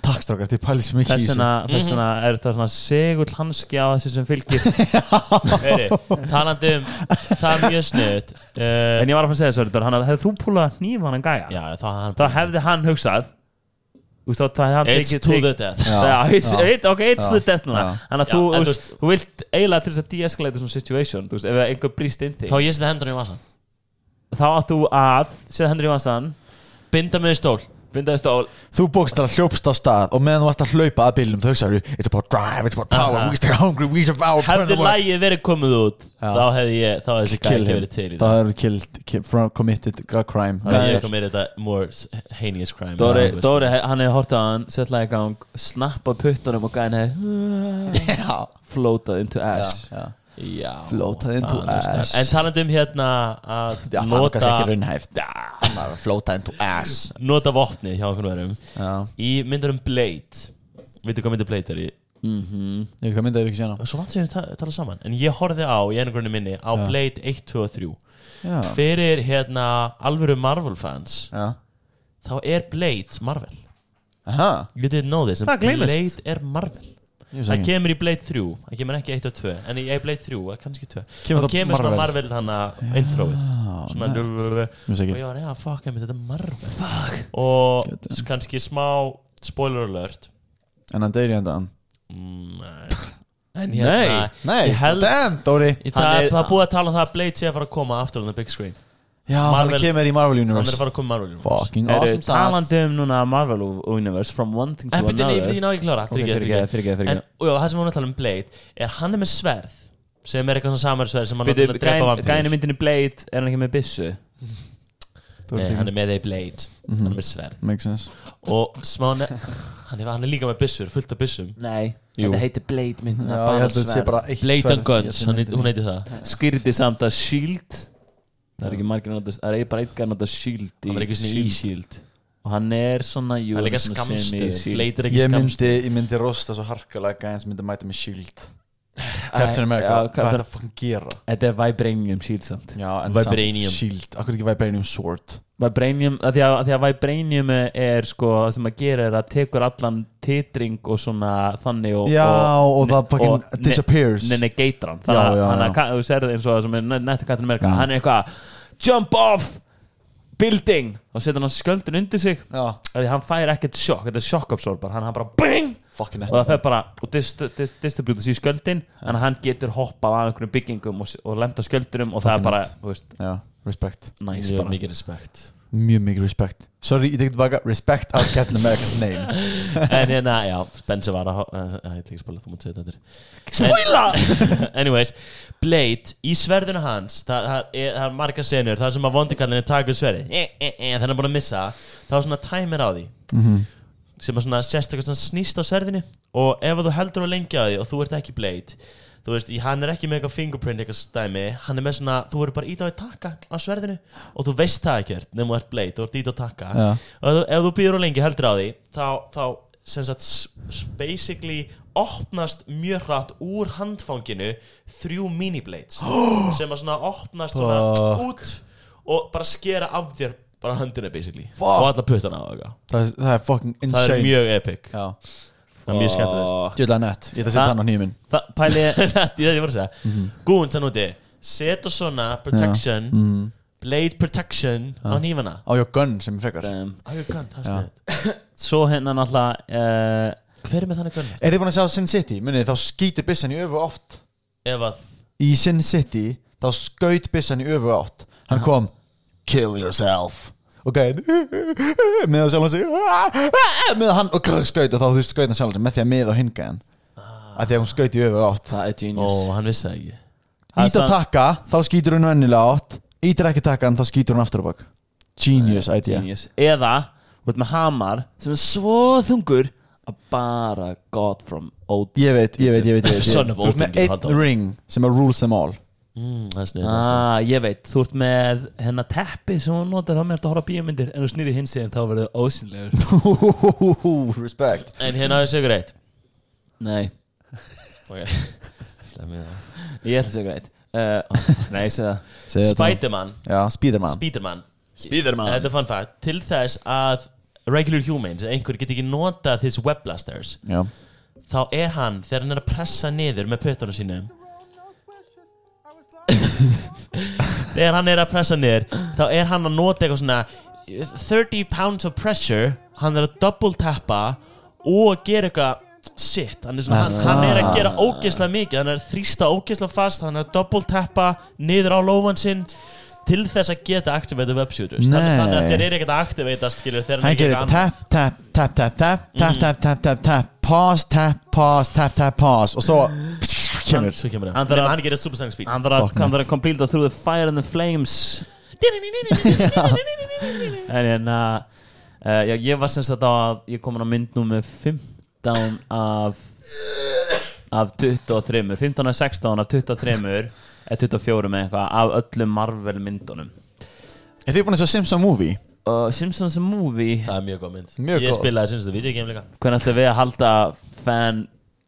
S1: takk strákar, þið pælið svo mikið í
S2: Þess
S1: þessu
S2: vegna-
S3: Mhm.
S2: þess vegna er þetta svona segull hanski á þessu sem
S1: [laughs]
S2: fylgir
S3: heyri, talandi um það er mjög snuðt uh,
S2: En ég var að fara að segja þessu Hann að hefði þú púlað nýf hann en gæja
S3: Já, þá hann
S2: Þá hefði hann hugsað Úst, þá, þá hefði hann
S3: It's to the death
S1: Já,
S2: Já, it's,
S1: já.
S2: it, ok, it's
S1: Já,
S2: the death núna
S1: já.
S2: Þannig að
S3: Já,
S2: þú, þú,
S3: en þú
S2: veist, þú vilt eiginlega til þess að de-escalate svona situation þú veist, ef einhver brýst inn þig
S3: Þá ég setja hendur í vasan
S2: þá átt þú að, setja hendur í vassan
S3: Binda mig í stól
S2: bindaði stól
S1: Þú bókst að hljópst á stað og meðan þú varst að hlaupa að bílnum þau hugsaðu It's about drive, it's about power,
S3: Aha.
S1: we stay hungry, we survive put in
S3: Hefði
S1: the work."
S3: lægið verið komið út Þá hefði ég, þá hefði þessi gæði
S1: Kill
S3: ekki
S1: him.
S3: verið til í
S1: Það
S3: dag
S1: hefur killed, ki- from- committed a crime
S3: Þá
S1: [laughs]
S3: hefði
S1: Gæjar.
S3: ég komið í þetta more s- heinous crime
S2: Dóri,
S3: Já, þú veist.
S2: Dóri, hann hefði hortið á hann setlaði í gang, snappa puttunum og gæðin hefði
S1: Já,
S2: floatað into ash
S1: já.
S3: Já,
S1: Floatað into
S3: það er
S1: ass.
S3: stærkt. En talandi um hérna að
S1: Já, það er kannski ekki
S3: nota,
S1: raunhæft Já, Flóta into ass
S3: nota vopni hjá okkur verum
S1: Já.
S3: Í myndunum Blade Veitu hvað myndir Blade er í
S1: Ég veit hvað myndað er ekki sérna
S3: svo langt sem við ta- tala saman en ég horfði á í einu grunni minni á Blade 1, 2 og 3
S1: Já,
S3: fyrir hérna alvöru Marvel fans
S1: já
S3: þá er Blade Marvel
S1: Aha,
S3: you didn't know this en
S2: Það gleymist.
S3: Blade er Marvel
S1: ég veist
S3: það
S1: ekki
S3: kemur í Blade 3 það kemur ekki 1 og 2 en í Blade 3 eða kannski 2
S1: Kemur
S3: þá
S1: þá
S3: kemur svona
S1: Marvel?
S3: Marvel hana introið svona
S1: nice.
S3: lulululu.
S1: Ég veist
S3: og
S1: ekki
S3: ég var já fuck emi þetta er Marvel fuck og s- kannski smá spoiler alert
S1: En hann deyri endan
S3: Mm, nei. en hérna
S1: Nei,
S3: ég held
S1: damn, Dóri
S3: Í
S2: Hann
S3: Það
S2: er-
S3: er það er búið að tala um það að Blade sé að fara að koma aftur á the big screen
S1: Já, hann
S3: Marvel-
S1: kemur í Marvel
S3: Hann er að
S1: Universe
S3: fara að koma Marvel Universe.
S1: Fucking
S2: Eru
S1: awesome stars
S2: talandi um núna Marvel Universe From one thing to
S3: En byrja,
S2: another
S3: ég byrja, ég ná ekki klára
S2: Ok, fyrirgeðu, fyrirgeðu, fyrirgeðu.
S3: En og já, það sem hún er að tala um Blade Er hann er með sverð Sem er eitthvað svona samar sverð Sem hann er að drepa
S2: Býtu, gæni
S3: vampýr
S2: myndinni Blade Er hann ekki með byssu?
S3: Nei, hann er með þeir Blade Hann er með sverð
S1: Makes sense
S3: Og smá ne- hann, er, [laughs] hann er líka með byssur, fullt af byssum
S2: Nei,
S3: Jú.
S2: þetta heitir Blade myndin
S1: Já, ég held að þetta sé bara eitt
S3: Blade and
S1: sverð í
S3: Guns,
S1: þessari
S3: hann, heit-
S1: myndinni.
S3: hún heiti það
S2: Skýrti samt að S.H.I.E.L.D E Það er ekki margir að nota Það er bara eitthvað að nota S.H.I.E.L.D
S3: Hann er ekki svona í
S2: S.H.I.E.L.D.
S3: shield
S2: E Og hann er svona jú,
S3: E Hann er líka
S2: svona
S3: skamstöð
S2: semi-S.H.I.E.L.D.
S3: Blade er ekki
S1: ég
S3: skamstöð
S1: myndi, ég myndi rosta svo harkalega gæðin sem myndi mæta með shield E Captain
S2: Æ,
S1: America,
S2: já,
S1: hvað er
S2: Captain-
S1: þetta að fucking gera?
S2: Þetta er um Vibranium S.H.I.E.L.D E samt
S1: Já, en
S3: Vibranium.
S1: samt shield, akkur ekki Vibranium sword
S2: Vibranium, að því að, að því að Vibranium er sko Það sem að gera er að tekur allan titring og svona þannig og,
S1: Já, og,
S2: og
S1: það fucking
S2: og ne-
S1: disappears
S2: Nei, nei, geitar hann
S1: Já,
S2: Þannig
S1: já,
S2: að hann
S1: já.
S2: að ka- þú serði eins og það sem er nettu kattin merka Hann er eitthvað Jump off building Og setur hann skjöldin undir sig
S1: Já,
S2: af Því hann fær ekkert sjokk, þetta er sjokkabsorbar Hann hann bara bing
S1: fucking
S2: Og það
S1: net
S2: fer bara og dist, dist, distributast í skjöldin En hann getur hoppað að einhverjum byggingum Og, s- og lenda skjöldinum og það er bara þú veist,
S1: Já, respect,
S2: Næs
S3: Mjög
S2: bara
S3: mikið respekt
S1: mjög mikið respect Sorry, ég tekið tilbaka, respect our Captain America's name
S3: En hérna, já, Spencer var að ho- eh, Ég ætla ekki að spila, þú mátt segja þetta undir Spoila! [laughs] Anyways, Blade, í sverðinu hans Það, það, er, það er marga senur, það sem að vondikallin er takað sverði e, e, e, Þannig er búin að missa það. Það var svona tæmir á því Sem að svona sérstaklega svona snýst á sverðinu Og ef þú heldur að lengja á því og þú ert ekki Blade þú veist, í- hann er ekki með eitthvað fingerprint eitthvað stæmi, hann er með svona þú verður bara ít á eitt taka á sverðinu og þú veist það ekkert, nefnum þú ert blade, þú ert ít á taka
S1: Já.
S3: og ef, þú- ef þú býður á lengi heldur á því þá, þá sem sagt s- s- basically opnast mjög hratt úr handfanginu þrjú mini-blades sem að svona opnast svona út og bara skera af þér bara höndina basically
S1: Fuck.
S3: og alla puttana á eitthvað
S1: það, er- það er fucking
S3: það
S1: insane
S3: er mjög epic
S1: Já,
S3: það er mjög skemmtilegt
S1: djöðlega nett Ég ætla að setja
S2: Það-
S1: hann á nýjum minn
S2: Það pæli ég
S3: Þetta er það [laughs] ég voru að segja mm -hmm. Gúin þann úti Seta svona protection Blade protection á nýfana
S1: Á ég á gunn sem er frekar
S2: um,
S3: Á ég gunn, það er snöð
S2: Svo hérna náttúrulega uh,
S3: Hver er með þannig gunn?
S1: Er þið búin að sjá Sin City? Munið þið, þá skýtur byssan í öfu átt
S3: Ef að
S1: Í Sin City Þá skaut byssan í öfu átt Hann kom Kill yourself Og gæðin [laughs] Með að sjálf hann sig [laughs] Með að hann Og skaut Og þá þú skaut hann sjálf sig Með því að með og hinga hann Af því að hún skaut í öfu átt
S5: Það er
S3: Ó,
S5: genius
S3: hann vissi það ekki
S2: Það er
S1: Ítir
S2: sant.
S1: að taka Þá skýtur hún vennilega átt Ítir ekki taka hann Þá skýtur hún aftur á bak Genius idea
S5: Genius Eða Þú ert með hamar Sem er svo þungur Að bara God from Odin
S1: Ég veit, ég veit, ég veit, ég veit
S3: Son of
S1: Þú ert
S3: Odin,
S1: með
S3: ég held á.
S1: einn ring sem að rules them all
S3: mm, Það er snöð
S2: Ah, ég veit, þú ert með hennar teppi sem hún notar þá með að horfa á bíómyndir en þú snýri hins eða þá verður þú ósynlegur
S1: [laughs] Respect
S3: En hérna hafið sigur eitt
S5: Nei
S2: [laughs]
S3: Ok Slemmið það
S5: Ég ætla að segja greitt uh, Nei, segja
S3: Spiderman
S1: Já, Spiderman
S3: Spiderman Spiderman Þetta er fun fact Til þess að regular humans einhver get ekki nota þess webblasters
S1: Já
S3: þá er hann þegar hann er að pressa niður með pötunum sínum [laughs] þegar hann er að pressa niður þá er hann að nota eitthvað svona 30 pounds of pressure hann er að double tappa og gera eitthvað shit hann er, svona, hann, hann er
S2: Ah.
S3: að gera ógeðslega mikið hann er að þrýsta ógeðslega fast hann er að double tappa niður á lófan sinn til þess að geta activate webshooters
S1: Nei.
S3: þannig þannig að þeir eru ekkert að activatast skilur þegar
S1: Hann
S3: hann
S1: gerir tap, tap, tap, tap, tap Tap, tap, tap, tap, tap Pause, tap, pause, tap, tap, pause Og svo [laughs] Kemur
S3: svo kemur
S2: Hann
S3: hann
S2: þarf að-
S3: Nema hann gerir super sonic speed
S2: Hann þarf
S1: Fuck,
S2: að- hann þarf að complete through the fire and the flames En hérna uh, Já, ég var sem sagt á að ég komin á mynd nú með 15 af af 23 15 af 16 af 23 eða 24 með eitthvað af öllum Marvel myndunum
S1: Er þið búin að sjá Simpson movie?
S2: uh, Simpsons movie
S3: Það er mjög góð mynd
S1: Mjög
S3: Ég
S1: góð.
S3: spilaði sinns það videogame
S1: [laughs]
S3: líka
S2: hvernig ætlum við að halda fan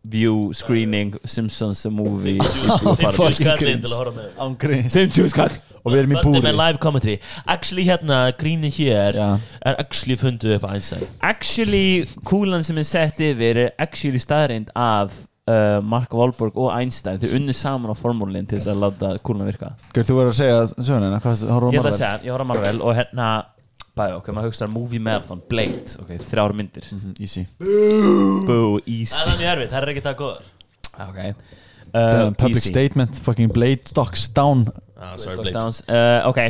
S2: view screening Simpsons the movie
S1: fucking
S3: 50 skallin
S1: grins.
S3: til að horfa með
S1: Án grín 50 skall Og við erum í
S3: Böndið
S1: búri
S3: með live commentary Actually hérna, gríni hér
S1: Já.
S3: Er actually funduð upp Einstein
S2: actually kúlan sem er sett yfir er actually staðreind af uh, Mark Wahlberg og Einstein þau unni saman á formúlinn til þess að láta kúlan virka
S1: Guð, Þú verður að segja söguna Hvað horfum
S2: ég
S1: við
S2: ætla
S1: margar?
S2: að segja, ég horf að Marvel og hérna bæði ok, maður hugsaðar movie marathon, Blade ok, þrjár myndir,
S1: Mhm, Easy
S2: boo,
S3: Það
S2: easy
S3: er mjög erfitt, það er ekki það góður
S2: ok
S1: Uh,
S2: Uh,
S1: Public
S2: easy.
S1: statement Fucking blade stocks down
S3: ah,
S2: Touchdowns. uh, ok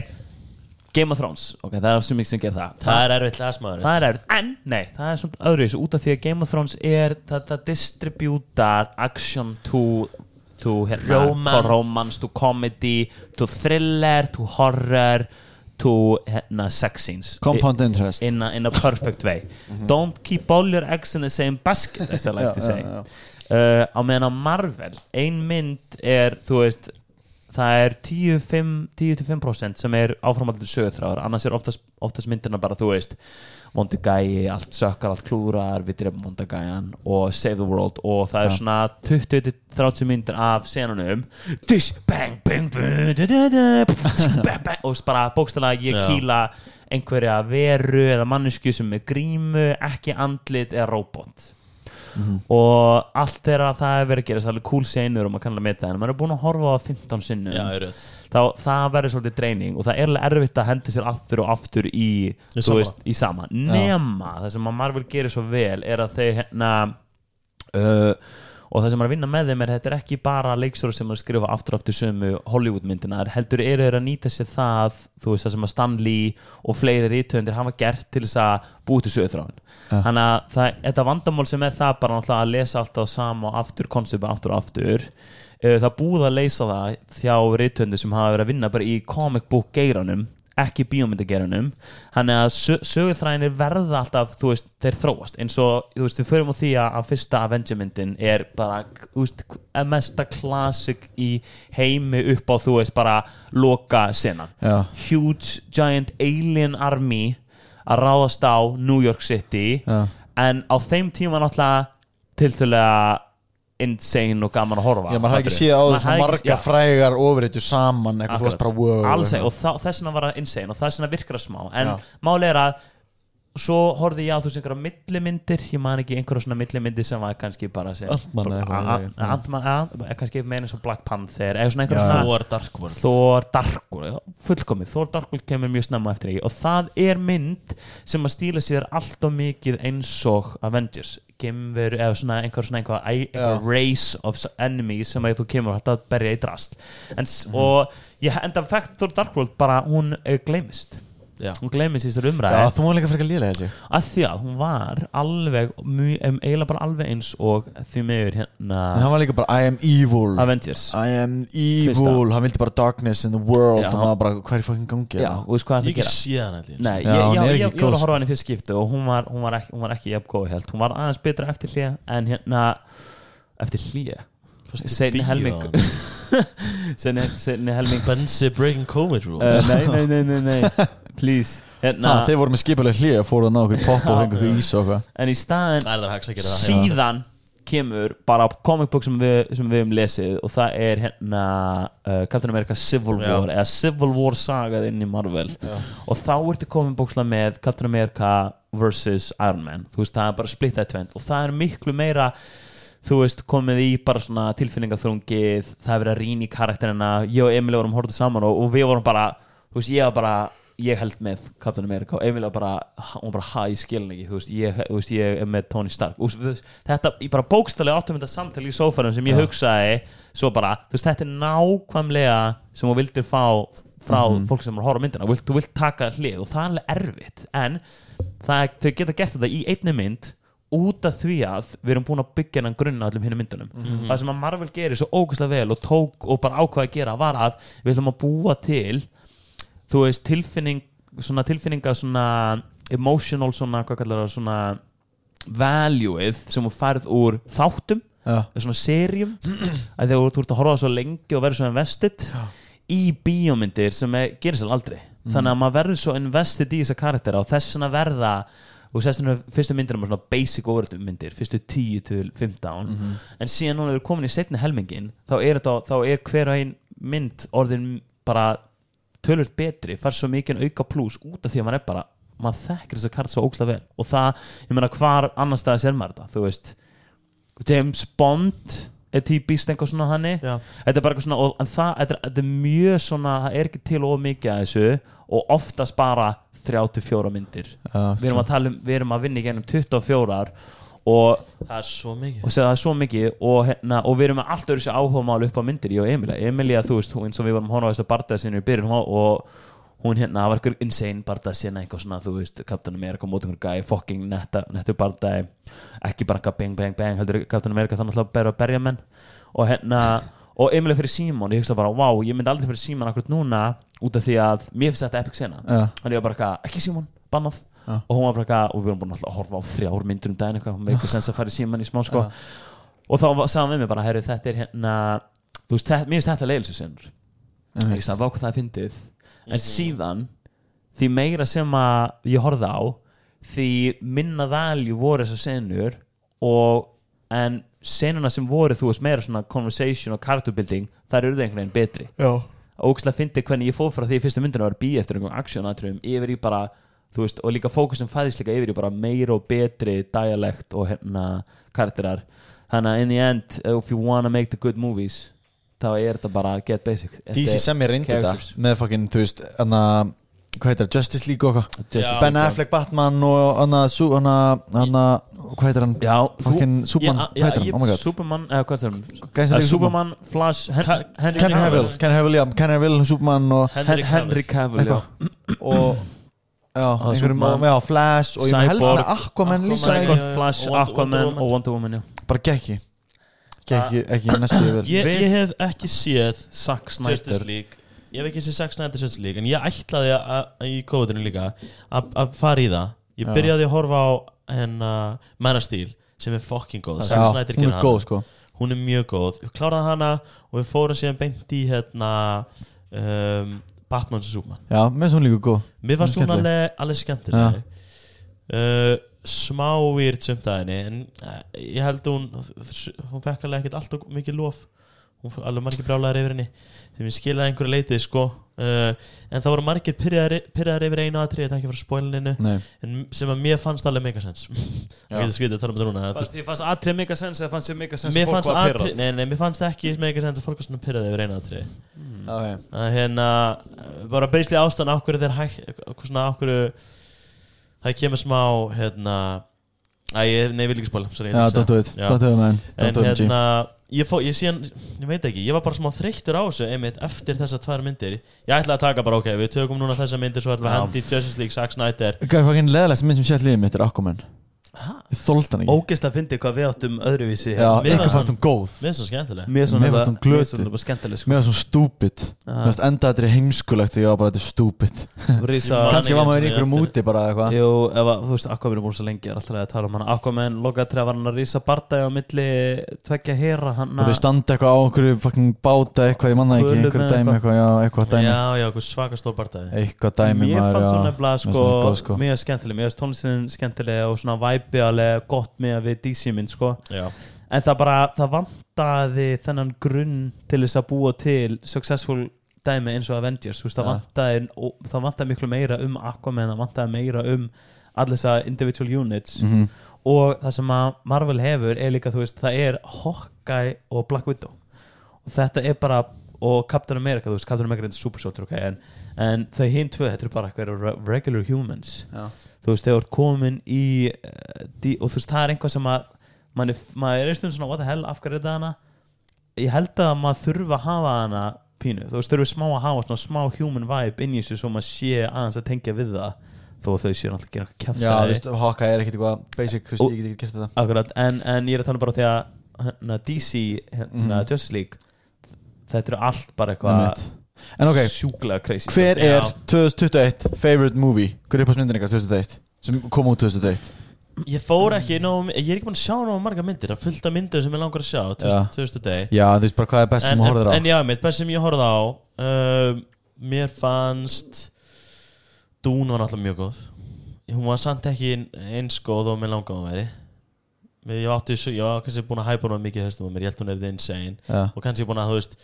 S2: Game of Thrones, ok, það er svo mikið sem ger það
S3: Það er erfitt lasmaður
S2: það er erfitt, en nei, það er svona öðru út af því að Game of Thrones er þetta distributar action to, to hérna,
S3: Romance.
S2: to romance, to comedy to thriller, to horror to hérna, sex scenes
S1: Compound interest
S2: in a, in a perfect way Mhm. don't keep all your eggs in the same basket as I like
S1: [laughs] Já,
S2: to
S1: já,
S2: say
S1: já.
S2: Uh, á meðan á Marvel ein mynd er, þú veist það er 10-5% 10-5% sem er áframaldur sögurþráður annars er oftast, oftast myndina bara, þú veist vondi gæi, allt sökkar, allt klúrar við drefum vonda gæjan og save the world og það er svona 20-30 myndir af senunum dish, bang, bang, bang, da, da, da, pff, bang, bang, og bara bókstælega ég
S3: Já.
S2: kýla einhverja veru eða mannesku sem er grímu ekki andlit eða robot
S3: Mhm.
S2: og allt þegar að það er verið að gera það er alveg cool senur og maður kannlega meta en maður er búin að horfa á það 15 sinnum
S3: Já, erfitt
S2: þá það verður svolítið dreining og það er alveg erfitt að henda sér aftur og aftur í, þú
S3: sama.
S2: í sama nema það sem að Marvel gerir svo vel er að þau hérna uh, og það sem er að vinna með þeim er þetta er ekki bara leikstjóri sem er að skrifa aftur og aftur sömu Hollywoodmyndina, er heldur eru þeir að nýta sér það, þú veist það sem að Stan Lee og fleiri rítöndir hafa gert til þess að búið til söðurþráin þannig að það, þetta vandamál sem er það bara náttúrulega að lesa alltaf sama og aftur konceptu aftur og aftur uh, það er búið að leysa það þjá rítöndir sem hafa verið að vinna bara í comic book geiranum ekki bíómyndagerunum þannig að sö- söguþræðinir verða alltaf þú veist, þeir þróast eins og þú veist, við förum á því að að fyrsta Avenger myndin er bara, þú veist, að mesta klassik í heimi upp á þú veist, bara loka senan
S1: Já.
S2: huge giant alien army að ráðast á New York City
S1: Já.
S2: en á þeim tíma náttúrulega tiltölulega insane og gaman að horfa
S1: Já, maður hafði ekki
S2: Fattarðu?
S1: séð á
S2: Maður
S1: þessu
S2: hafði ekki-
S1: marga
S2: já.
S1: frægar ofurreitu saman eitthvað þú varst bara wow
S2: alls ekki, og þá- þess vegna var það insane og þess vegna virkar það smá en
S1: Já.
S2: máli er að svo horfði ég á þú veist einhverja millimyndir ég man ekki einhverja svona millimyndir sem var kannski bara sem-
S1: Ant-Man eða eitthvað,
S2: A-
S1: já, já.
S2: A- Ant-Man, já, kannski meina svo Black Panther eða svona einhverja svona
S3: Thor Dark World
S2: Thor Darkul já, fullkomið, Thor Darkul kemur mjög snemma eftir ekki og það er mynd sem að stíla sér allt og mikið eins og Avengers gemveru eða svona einhver svona einhver, einhver race of enemies sem að þú kemur hægt að berja í drast en, s-
S3: Mhm.
S2: og ég enda fækt Thor Darkul bara hún eh, gleymist
S3: Já.
S2: hún gleymist í þessari
S1: Já,
S2: umræði
S1: þú var líka frekar lélega þessi
S2: að því að hún var alveg mjög, em, eiginlega bara alveg eins og því meður hérna
S1: En hann var líka bara I am evil
S2: Avengers
S1: I am evil Hann vildi bara darkness in the world
S2: Já.
S1: og maður bara hvað er í fucking gangi
S2: Já, og þú veist hvað hann er að
S3: Ég ekki
S2: gera
S3: síðan allir
S2: Nei,
S1: Já,
S2: ég, já,
S1: hún er
S2: ég,
S1: ekki
S2: ég, var
S1: góð,
S2: að
S1: sko.
S2: horfa á henni í fyrst skiptu og hún var, hún var ekki, hún var ekki jafn góð held, hún var aðeins betra eftir hlýja en hérna, eftir hlýja seinni helming [laughs] seinni, seinni helming
S3: Bensi Breaking Covid
S2: uh,
S3: Rules [laughs]
S2: nei, nei, nei, nei, nei, please
S1: Na,
S2: hérna,
S1: Þeir voru með skipuleg hlýja fóruð að ná okkur í popp og
S2: Já.
S1: fengu okkur ís og eitthvað
S2: en í staðin
S3: Það er það haks að gera það já.
S2: síðan kemur bara comic book sem við, sem við hefum lesið og það er hérna uh, Captain America Civil
S3: Já.
S2: War eða Civil War sagað inn í Marvel og þá ertu komin bókslega með Captain America vs. Iron Man þú veist það er bara splittað í tvend og það er miklu meira þú veist, komið í bara svona tilfinningaþrungið, það er verið að rýna í karakterina ég og Emil vorum horfðið saman og, og við vorum bara, þú veist, ég var bara ég held með Captain America og Emil var bara hún var bara, ha, ég skilin ekki, þú veist ég, þú veist, ég er með Tony Stark og, þú veist, þetta, ég bara bókstælega áttum þetta samtali í sófanum sem ég hugsaði, svo bara þú veist, þetta er nákvæmlega sem hún vildi fá frá fólk sem er að horfa á myndina, þú vilt, þú vilt taka hlið og það er alveg erfitt, en það, er- þau geta gert þetta í einni mynd út af því að við erum búin að byggja hennan grunn á öllum hinnum myndunum það sem að Marvel gerir svo ógæslega vel og tók og bara ákvaði að gera var að við ætlum að búa til þú veist tilfinning svona tilfinninga svona emotional svona hvað kallar það svona valueið sem þú færð úr þáttum
S1: Já.
S2: svona
S3: [clears throat]
S2: serjum að þegar þú ert að horfa á svo lengi og verður svo investið í bíómyndir sem er, gerir sér aldrei
S3: Mm.
S2: þannig að maður verður svo investið í þessa karaktera og þess vegna verða og þess vegna fyrstu myndir um svona basic overtum myndir, fyrstu 10 til 15
S3: Mhm.
S2: en síðan núna eru komin í setni helmingin þá er, þetta, þá er hver og ein mynd orðin bara tölvöld betri, fær svo mikið en auka plús út af því að maður er bara maður þekkir þess að kart svo ókslega vel og það, ég meina hvar annar staði sér maður þetta þú veist, James Bond er típist einhver svona hanni
S3: Já.
S2: þetta er bara eitthvað svona, og, en það þetta er, þetta er mjög svona, það er ekki til of mikið að þessu og oftast bara 34 myndir
S1: Já,
S2: við erum að tala um, við erum að vinna í gennum 24 og
S3: Það er svo mikið
S2: og segja það er svo mikið og, hérna, og við erum með allt öðru sér áhugamál upp á myndir ég og Emilia, Emilia þú veist, hún eins og við varum að horfa á þess að bardaða sinni í byrjun hún var- og hún hérna, það var einhver insane bardaða sinna eitthvað svona, þú veist, Captain America móti einhver gæi, fucking netta, nettu bardaði ekki bara eitthvað bang, bang, bang heldur Captain America þannig að berja að berja menn og hérna, og Emilia fyrir Simon ég hugsa bara, wow, ég myndi aldrei fyrir Simon akkurat núna út af því að mér finnst þetta epic sena
S1: Já.
S2: hann er bara eitthvað, ekki Simon, bannað og hún var bara eitthvað, og við vorum búin að horfa á þrjár myndir um daginn eitthvað, hún veit þess að fara í síman í smá sko og þá var- sagði hann við mig bara, herru, þetta er hérna þú veist, þetta, mér finnst þetta leiðilsusinnur ég sagði, vá hvað það er fyndið en síðan, því meira sem að ég horfði á því minna valju voru þessar senur og en senuna sem voru, þú veist, meira svona conversation og character building, þar eru það einhvern veginn betri
S1: Já
S2: ógæslega fyndi hvernig ég fóð frá því í fyrstu myndinu var bí eftir einhverjum aksjónatröfum yfir í bara, þú veist, og líka fókusum fæðist líka yfir í bara meira og betri dialekt og hérna karakterar þannig að in the end, if you wanna make the good movies þá er þetta bara get basic Þetta
S1: DC
S2: er
S1: sem ég reyndi þetta
S2: characters.
S1: með fucking, þú veist, anna, hvað heitir það, Justice League og
S2: Justice
S1: eitthvað Ben Affleck, Batman og anna, sú, anna, anna, hvað heitir hann
S2: Já, þú-
S1: fucking Superman,
S3: Ég-
S1: hvað heitir
S3: ég-
S1: hann, oh my god
S2: Superman, eða hvað er
S1: Gæs
S2: það?
S1: er líka
S2: Superman, Flash, Hen- Henry
S1: Henry Cavill, Henry Cavill, já, Henry Cavill, Superman og
S2: Hen- Henry Cavill, já
S1: eitthvað og, já, einhverjum,
S2: Superman.
S1: já, Flash og ég með held
S2: Cyborg.
S1: að Aquaman líka
S3: Cyborg.
S1: í-
S2: Cyborg, Flash,
S3: Og Wonder- Wonder
S2: Aquaman
S3: Woman.
S2: og Wonder Woman, já
S1: bara gekki gekki, ekki næstu yfir
S3: ég,
S2: Við-
S3: ég hef ekki séð
S2: Zack Snyder
S3: Justice League ég hef ekki séð Zack Snyder Justice League en ég ætlaði að, að í COVID-19 líka að að fara í það ég byrjaði að horfa á henn uh, mennastýl sem er fucking góð Zack
S1: Já,
S3: Snyder
S1: hún
S3: gerir
S1: er
S3: hana.
S1: góð sko
S3: hún er mjög góð við kláraði hana og við fórum síðan beint í hérna um, Batman og Superman
S1: Já, mér finnst hún líka góð
S3: Mér fannst hún
S1: Skemmtileg.
S3: alveg, alveg skemmtileg uh, Smá výrt sumtaðinni En uh, ég held hún Hún fekk alveg ekkert allt og mikið lof Hún fekk alveg margir brjálæðar yfir henni Þegar ég skilaði einhverju leitið sko uh, En það voru margir pyrraðar pyrraðar yfir einu aðri Þetta er ekki frá spólininu
S1: Nei,
S3: En sem að mér fannst alveg [laughs] megasens Mér finnst skrítið að tala um þetta núna þú veist,
S2: Fannst, ég fannst atrið mega sens eða fannst ég mega sens
S3: Mér fannst, atri, nei, nei, mér fannst ekki megasens að fólk var svona pyrraði yfir einu aðri Mm.
S1: ok
S3: að hérna bara beisli ástæðan á hverju þeir hæk svona á hverju það kemur smá hérna Æ, ég, nei, ég vil ekki spóla sorry, ég
S1: Já,
S3: ætla
S1: don't do
S3: ekki að
S1: it,
S3: segja.
S1: don't do it man Don't
S3: en
S1: do it, G
S3: hérna ég, fó, ég síðan, ég veit ekki, ég var bara smá þreyttur á þessu einmitt eftir þessar tvær myndir ég ætla að taka bara, ok, við tökum núna þessar myndir svo ætla að hendi í Justice League, Zack Snyder
S1: Gæði fokkin leðalegst minn sem sétt liðið mitt er Aquaman Ég þóldi hann ekki
S2: Ógist að fyndi hvað við áttum öðruvísi hérna.
S1: Já,
S3: mér
S1: ykkur
S3: fannst
S1: fannst hún góð
S3: mér er svo skemmtileg
S2: Mér
S1: Mér fannst hún glötuð.
S2: Mér fannst skemmtileg sko
S1: Mér var svona stúpid Mér fannst enda þetta er heimskulegt og ég var bara þetta er stúpid
S2: Rísa
S3: Man
S1: Kanski
S3: ekki
S1: var maður í
S3: eftir
S1: einhverjum
S3: henni.
S1: úti bara eitthvað
S2: Jú, ef að, þú veist, Aquaman er búin svo lengi ég er alltaf að tala um hana Aquaman lokaði trefa var hann að rísa bardagi á milli tveggja hera hann
S1: Og þau standa eitthvað á einhverju fucking báta eitthvað, ég manna ekki,
S2: Kvölum
S1: einhverju
S2: eða
S1: dæmi
S2: eitthvað.
S1: eitthvað, já, eitthvað dæmi
S3: já, já, okkur svaka stór bardaði
S1: Eitthvað dæmi
S2: Mér
S1: maður,
S2: fannst
S1: já.
S2: hún nefnilega
S1: Mér fannst hún
S2: sko,
S1: góð, sko.
S2: mjög skemmtileg Mér fannst tónlistin skemmtileg og svona væpi alveg gott með við DC mynd sko.
S3: já,
S2: En það bara, það vantaði þennan grunn til þess að búa til successful dæmi eins og Avengers Þú veist, það,
S1: Ja.
S2: vantaði, og, það vantaði miklu meira um Aquaman það vantaði meira um allir þessa individual units
S1: Mhm.
S2: og það sem að Marvel hefur er líka, þú veist, það er Hawkeye og Black Widow og þetta er bara og Captain America, þú veist, Captain America er þetta super soldier okay, en, en þau hinn tvö, þetta er bara eitthvað re- regular humans
S1: Já.
S2: þú veist, þegar þú ert komin í uh, dí, og þú veist, það er einhvað sem að maður er, maður er einstund svona, what the hell, af hverju er þetta hana ég held að maður þurfa að hafa hana pínu, þú veist, þurfi smá að hafa svona smá human vibe inn í þessu svo maður sé aðeins að tengja við það þó að þau séu náttúrulega að gera eitthvað
S1: Já, þú
S2: kjæft
S1: veist, Hawkeye er ekkert eitthvað basic, þú veist, ég get ekki gert þetta
S2: Akkurat, en, en ég er að tala bara á því að hérna, DC, hérna,
S1: Mhm.
S2: Justice League þetta eru allt bara eitthvað
S1: Einmitt. En ok,
S2: sjúklega crazy
S1: hver
S3: Já.
S1: er 2021 favorite movie? Hver er uppáhaldsmyndin ykkar 2001? Sem kom út 2001
S3: ég fór
S1: Mm.
S3: ekki nóg, ég er ekki búin að sjá nóg marga myndir að fullta myndir sem ég langar að sjá 2000 2000
S1: Já, þú veist bara hvað er best sem
S3: en,
S1: þú horfir á
S3: en, en já, mitt best sem ég horfði á um, Mér fannst Dún var náttúrulega mjög góð Hún var samt ekki ein- eins góð og mér langaði að hún væri Mér- Ég var, átti, svo- ég var kannski búin að hæpa hún mikið höstum á mér, ég held hún er insane
S1: Já.
S3: og kannski búin að, þú veist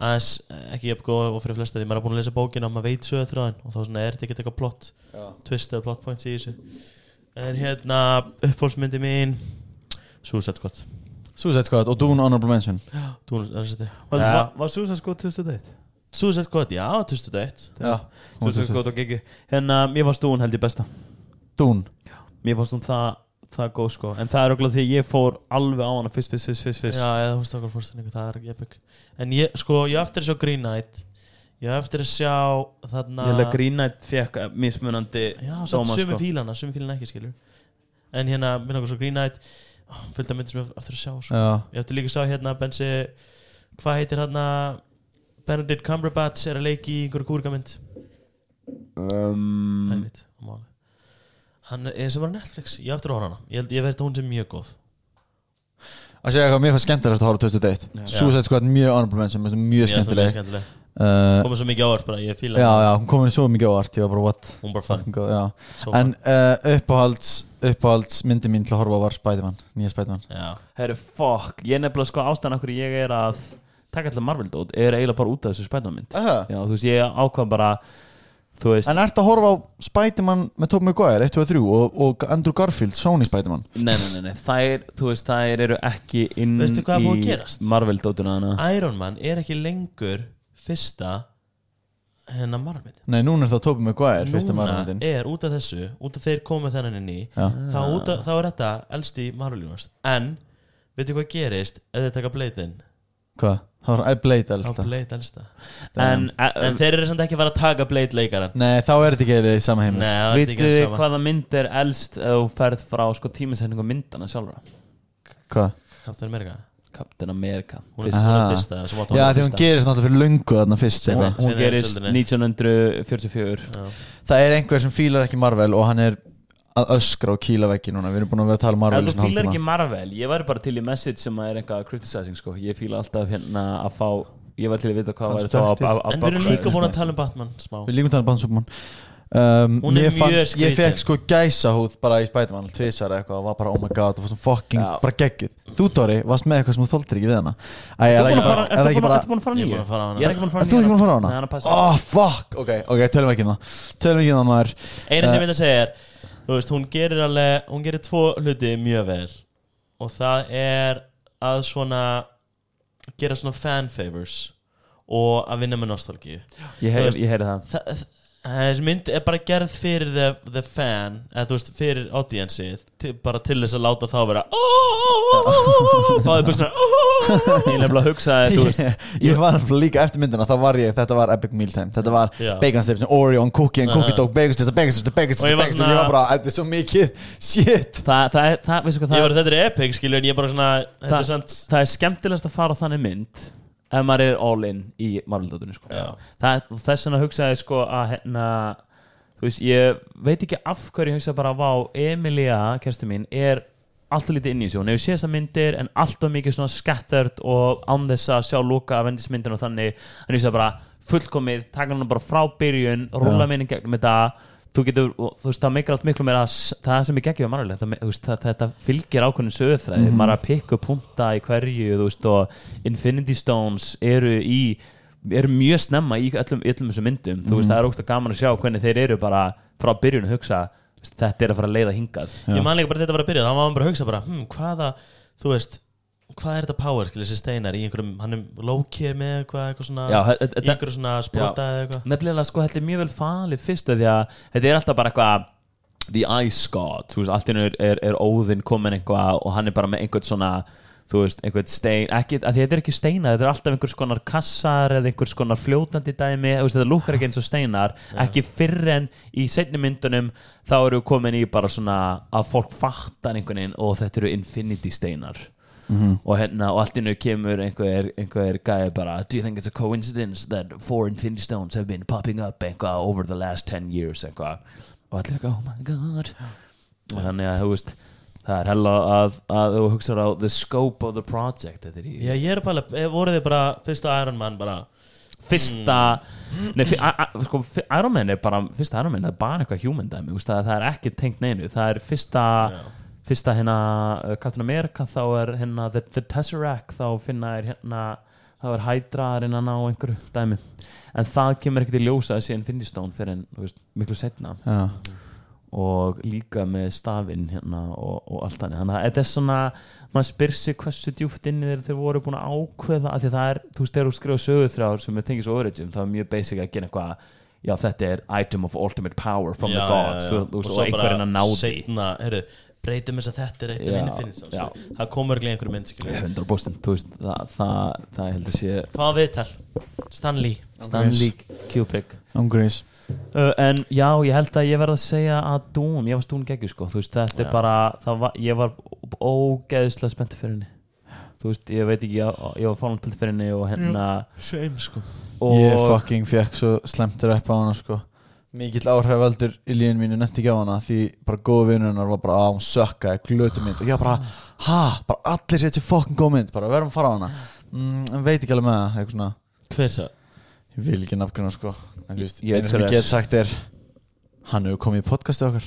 S3: aðeins eh, ekki jafn góð og fyrir flesta því maður er búin að lesa bókina og maður veit sögðu þröðan og þá svona er þetta ekki eitthvað plott twist eða plot points í þessu en hérna uppfólksmyndi mín Suicide Squad
S1: Suicide Squad og Dune Honorable Mention
S3: Dún, það er þetta
S2: Var,
S3: Já.
S2: var, var Susan Scott 2001?
S3: Suicide Squad, já, 2001
S1: Já, hún
S2: Susan
S1: var
S2: Scott og Gigi Hérna, mér fannst hún held ég besta
S1: Dune
S2: Mér fannst hún það, það góð sko En það er okkur því að ég fór alveg á hana fyrst, fyrst, fyrst, fyrst, fyrst.
S3: Já, eða húst okkur fórstæningu, það er epic En ég, sko, ég á eftir að sjá Green Knight Ég á eftir að sjá þarna
S2: Ég held að Green Knight fekk eh, mismunandi
S3: Já,
S2: dóma,
S3: sumi
S2: sko.
S3: fílana, sumi fílana ekki, skilur En hérna, minn okkur svo Green Knight ó, Fullt af myndir sem ég á eftir að sjá sko.
S1: Já,
S3: Ég á eftir líka að sjá hérna, Bensi Hvað heitir hérna Benedict Cumberbatch er að leiki í einhverju kúrgamynd
S1: Mm.
S5: um,
S3: mm. Einmitt, Hann er sem var á Netflix Ég á eftir að horfa á hana, ég, held- ég veit að hún sem mjög góð
S1: að segja eitthvað, mér fannst skemmtilegast að horfa á 2001 Suicide Squad, mjög honorable mention, mér finnst mjög
S3: Ég er
S1: skemmtileg
S3: skemmtileg
S1: Uh,
S3: Komið svo mikið ávart bara, ég fíla
S1: Já,
S3: hana.
S1: já, hún komið svo mikið á art, ég var bara what
S3: Hún bara fann
S1: Góð, já.
S3: so
S1: En uh, uppáhalds, uppáhalds myndi mín til að horfa á var Spiderman, nýja Spiderman
S3: Já,
S2: Herru, fuck, ég er nefnilega sko ástæðan okkur ég er að taka allir Marvel-dót er eiginlega bara út af þessu spennamynd
S1: Aha.
S2: Já, þú veist, ég ákvað bara þú veist,
S1: En ertu að horfa á Spiderman með Tobey Maguire 1, 2, 3 og, og Andrew Garfield, Sony Spiderman
S2: nei, nei, nei, nei þær, þú veist, þær eru ekki inn
S3: Veistu hvað er búið að
S2: í
S3: gerast?
S2: Marvel-dótuna hana
S3: Iron Man er ekki lengur fyrsta hennar marmyndin
S1: Nei, núna er það Tobey Maguire, fyrsta
S3: Núna
S1: marmyndin
S3: er út af þessu, út af þeir komið þennan inn í þá, út af, þá er þetta elsti marmyndinast en, veitu hvað gerist ef þeir taka bleitinn,
S1: Hvað? Það var Blade
S3: þá
S1: elsta
S3: bleit elsta
S2: En, eh,
S3: en
S2: en
S3: þeir eru samt ekki að fara að taka bleit leikaran
S1: Nei, þá er þetta ekki eða í sama heimil
S3: Nei, það er
S2: vitið
S3: ekki það
S2: þið
S3: sama
S2: hvaða mynd er elst ef þú ferð frá sko tímasendingu myndana sjálfra
S1: Hvað?
S3: Captain America
S2: Captain America
S3: Hún er
S2: Fyrst-
S3: hún
S1: Aha.
S3: er fyrsta svo var
S1: Já,
S3: hún
S1: því hún
S3: fyrsta.
S1: gerist náttúrulega fyrir löngu þarna fyrst
S3: Sem
S1: sko.
S3: var-
S2: hún
S3: Seinni
S2: gerist
S3: heimsöldinni.
S2: 1944
S1: Það er einhver sem fílar ekki Marvel og hann er að öskra og kýla veggi núna Við erum búin að vera að tala um Marvel
S2: Ef
S1: í
S2: þú
S1: svona
S2: fílar ekki
S1: hálftíma.
S2: Marvel, ég væri bara til í message sem er eitthvað criticizing sko Ég fíla alltaf hérna að fá, ég væri til að vita hvað væri þá að, að, að
S3: En við erum
S2: boxa.
S3: líka búin að tala um Batman smá
S1: Við líkum þannig bannsúkumann Um,
S3: Hún er
S1: mér
S3: mjög
S1: fannst, ég
S3: skrýtin.
S1: fekk sko gæsahúð bara í Spiderman, tvisar eitthvað og var bara oh my god, það var svona fucking,
S2: Já.
S1: bara geggjuð þú Dóri, varst með eitthvað sem þú þoldir ekki við hana Æ, er
S2: Ertu
S1: ekki
S2: búin að
S1: bara,
S2: fara-
S1: er
S2: ertu
S1: ekki
S2: búin
S1: bara
S2: að- ertu búin að fara
S3: Ég er
S2: nýju?
S3: búin að fara á hana.
S2: Ég er ekki búin að fara
S1: Er
S2: hérna?
S1: þú ekki búin að fara á
S2: Nei,
S1: hana?
S2: hana passa
S1: Oh, fuck, ok, ok, tölum ekki um það Tölum ekki um það maður
S3: Einu
S1: Eh.
S3: sem ég veit að segja er Þú veist, hún gerir alveg Hún gerir tvo hluti mjög vel Og það er að svona Gera svona fan favors Og að vinna með nostalgíu
S2: Ég heyri- ég heyri það
S3: Þa- þ- Þessi mynd er bara gerð fyrir the, the fan eða þú veist, fyrir audiensið til, bara til þess að láta þá vera Báði buksna
S2: Ég nefnilega [laughs] hugsaði, þú veist
S1: Ég, ég var nefnilega líka eftir myndina þá var ég, þetta var epic meal time þetta var
S3: Já.
S1: baconstips, Oreo, cookie and cookie dog baconstips, baconstips,
S3: Og
S1: baconstips,
S3: ég var
S1: baconstips
S3: svona-
S1: ég var bara, þetta er svo mikið shit
S2: Það, það, er- það, veistu hvað
S3: Ég
S2: það er
S3: var þetta er epic skilur en ég er bara svona Þetta er
S2: Þa-
S3: sant
S2: það er skemmtilegast að fara á þannig mynd ef maður er all in í Marvel-dótunni sko. Það- þess vegna hugsaði ég sko að hérna þú veist, ég veit ekki af hverju ég hugsaði bara vá, Emilia, kerstu mín er alltaf lítið inn í þessu, hún hefur séðast að myndir en alltaf mikið svona skattert og án þess að sjá lóka að vendis myndin og þannig, en ég sagði bara fullkomið taka hann bara frá byrjun, rúla minni gegnum þetta þú getur, og, þú veist, það meikir allt miklu meira s- það sem ég geggjum að margulegt það, me- þú veist, það, þetta fylgir ákveðin sögurþræði maður er að pikka upp punta í hverju þú veist, og Infinity Stones eru í eru mjög snemma í öllum, í öllum þessum myndum þú veist, það er ógst gaman að sjá hvernig þeir eru bara frá byrjun að hugsa þú veist, þetta er að fara að leiða hingað
S3: Ég man líka bara þetta var að byrja þá var maður bara að hugsa bara hm, hvaða, þú veist hvað er þetta power skilur þessi steinar í einhverjum hann er lókið með eitthvað eitthvað svona
S2: Já, þetta-
S3: í einhverju svona sprota eða eitthvað
S2: nefnilega sko þetta er mjög vel falið fyrst af því að þetta er alltaf bara eitthvað the ice god, þú veist, allt innu er, er, er óðinn komin eitthvað og hann er bara með einhvern svona þú veist, einhvern stein ekki, að því þetta er ekki steina, þetta er alltaf einhvers konar kassar eða einhvers konar fljótandi dæmi þú veist, þetta lúkar ekki eins og steinar ekki fyrr en í seinni myndunum þá eru við komin í bara svona að fólk fattar einhvern veginn og þetta eru infinity steinar og hérna og allt innu kemur einhver, einhver gæði bara do you think it's a coincidence that four infinity stones have been popping up eitthvað over the last 10 years eitthvað og allir eitthvað oh my god og þannig að þú veist það er hella að, að þú hugsar á the scope of the project þetta er í
S3: Já, ég er bara, eh, voru þið bara fyrstu Iron Man bara
S2: fyrsta nei, fyr, a, a, sko, fyr, Iron Man er bara fyrsta Iron Man er bara eitthvað human dæmi þú veist, það, það er ekki tengt neinu það er fyrsta fyrsta hérna uh, Captain America þá er hérna The, the Tesseract þá finna er hérna þá er Hydra að reyna að ná einhverju dæmi en það kemur ekkert í ljósa að sé Infinity Stone fyrir en þú veist, miklu setna
S1: Já.
S2: og líka með stafinn hérna og, og allt þannig þannig að þetta er svona, maður spyr sig hversu djúft inni þeir þeir voru búin að ákveða af því að það er, þú veist, þegar þú skrifa sögurþrjár sem er tengis origin, það er mjög basic að gera eitthvað já, þetta er item of ultimate power from the gods, þú- þú veist, og, og einhverjum að náði
S3: setna, heyrðu, breytum þess að þetta er eitt
S2: Já,
S3: en Infinity Stones
S2: já.
S3: skilur. það kom örglega einhverju mynd skilur.
S2: 100% þú veist, það, það, það heldur sé
S3: fá viðtal, Stanley
S2: Stanley Kubrick
S1: Ángurís
S2: Uh, en já, ég held að ég verð að segja að Dún, ég var stún geggjur sko þú veist, þetta er bara, það var, ég var ógeðslega spenntur fyrir henni þú veist, ég veit ekki, ég, ég var fánum til fyrir henni og hérna
S3: same sko
S2: og
S1: Ég fucking fekk svo slemtur upp á hana sko Mikill áhrifaldur í líðin mínu nefndi ekki á hana Því bara góðu vinur hennar var bara að hún sökkaði glötu mynd Og ég var bara, ha, bara allir setja fucking góð mynd Bara við verðum að fara á hana mm, En veit ekki alveg með það, eitthvað svona
S3: hver sá,
S1: Ég vil ekki nafngrunna sko En þú veist,
S2: Ég veit
S1: einu sem ég
S2: hver er.
S1: get sagt er Hann hefur komið í podcastið okkar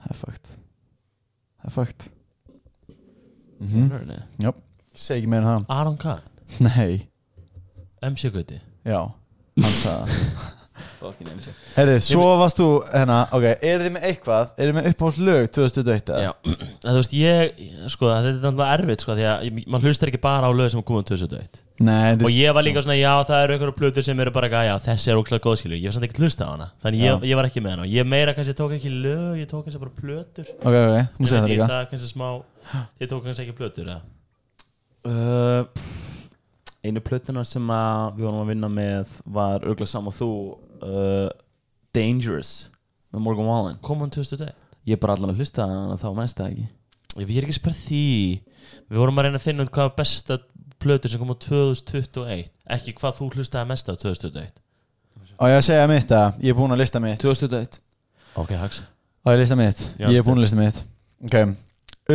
S1: Það er fakt Það er fakt mm
S2: henni?
S1: Jöp, ég segi ekki meira hann
S3: Aron Kahn
S1: [laughs] Nei,
S3: MC Guði
S1: já, hann sagði það
S2: fucking MC
S1: Herri, svo varst þú hérna, ok, er þið með eitthvað, er þið með uppáhaldslög 2021? eða?
S3: Já, [clears throat] en þú veist, ég, sko, þetta er náttúrulega erfitt, sko, því að ég- maður hlustar ekki bara á lög sem komum 2021.
S1: Nei, þú
S3: Og
S1: veist,
S3: ég var líka svona, já, það eru einhverju plötur sem eru bara, eitthvað, já, þessi er ógslag góð, skilur, ég var samt ekki hlusta á hana. Þannig ég, ég var ekki með hana. Og Ég meira kannski tók ekki lög, ég tók kannski bara plötur.
S1: ok, ok, þú segir það
S3: Ég veit ekki,
S1: líka
S3: Það er kannski smá, ég tók kannski ekki plötur, eða?
S2: uh, pff, einu plötuna sem að við vorum að vinna með var örgla saman þú uh, Dangerous með Morgan Wallen
S3: Kom hann 2021?
S2: ég er bara allan að hlusta þannig að þá mennst það ekki
S3: Ég er ekki að spara því Við vorum að reyna að finna út hvað var besta plötur sem kom á 2021 Ekki hvað þú hlustaði mest á 2021
S1: Á ég að segja mitt að ég er búin að lista mitt
S5: 2001
S3: Ok, hax
S1: Á ég að lista mitt,
S3: Já,
S1: ég er búin að lista mitt Ok,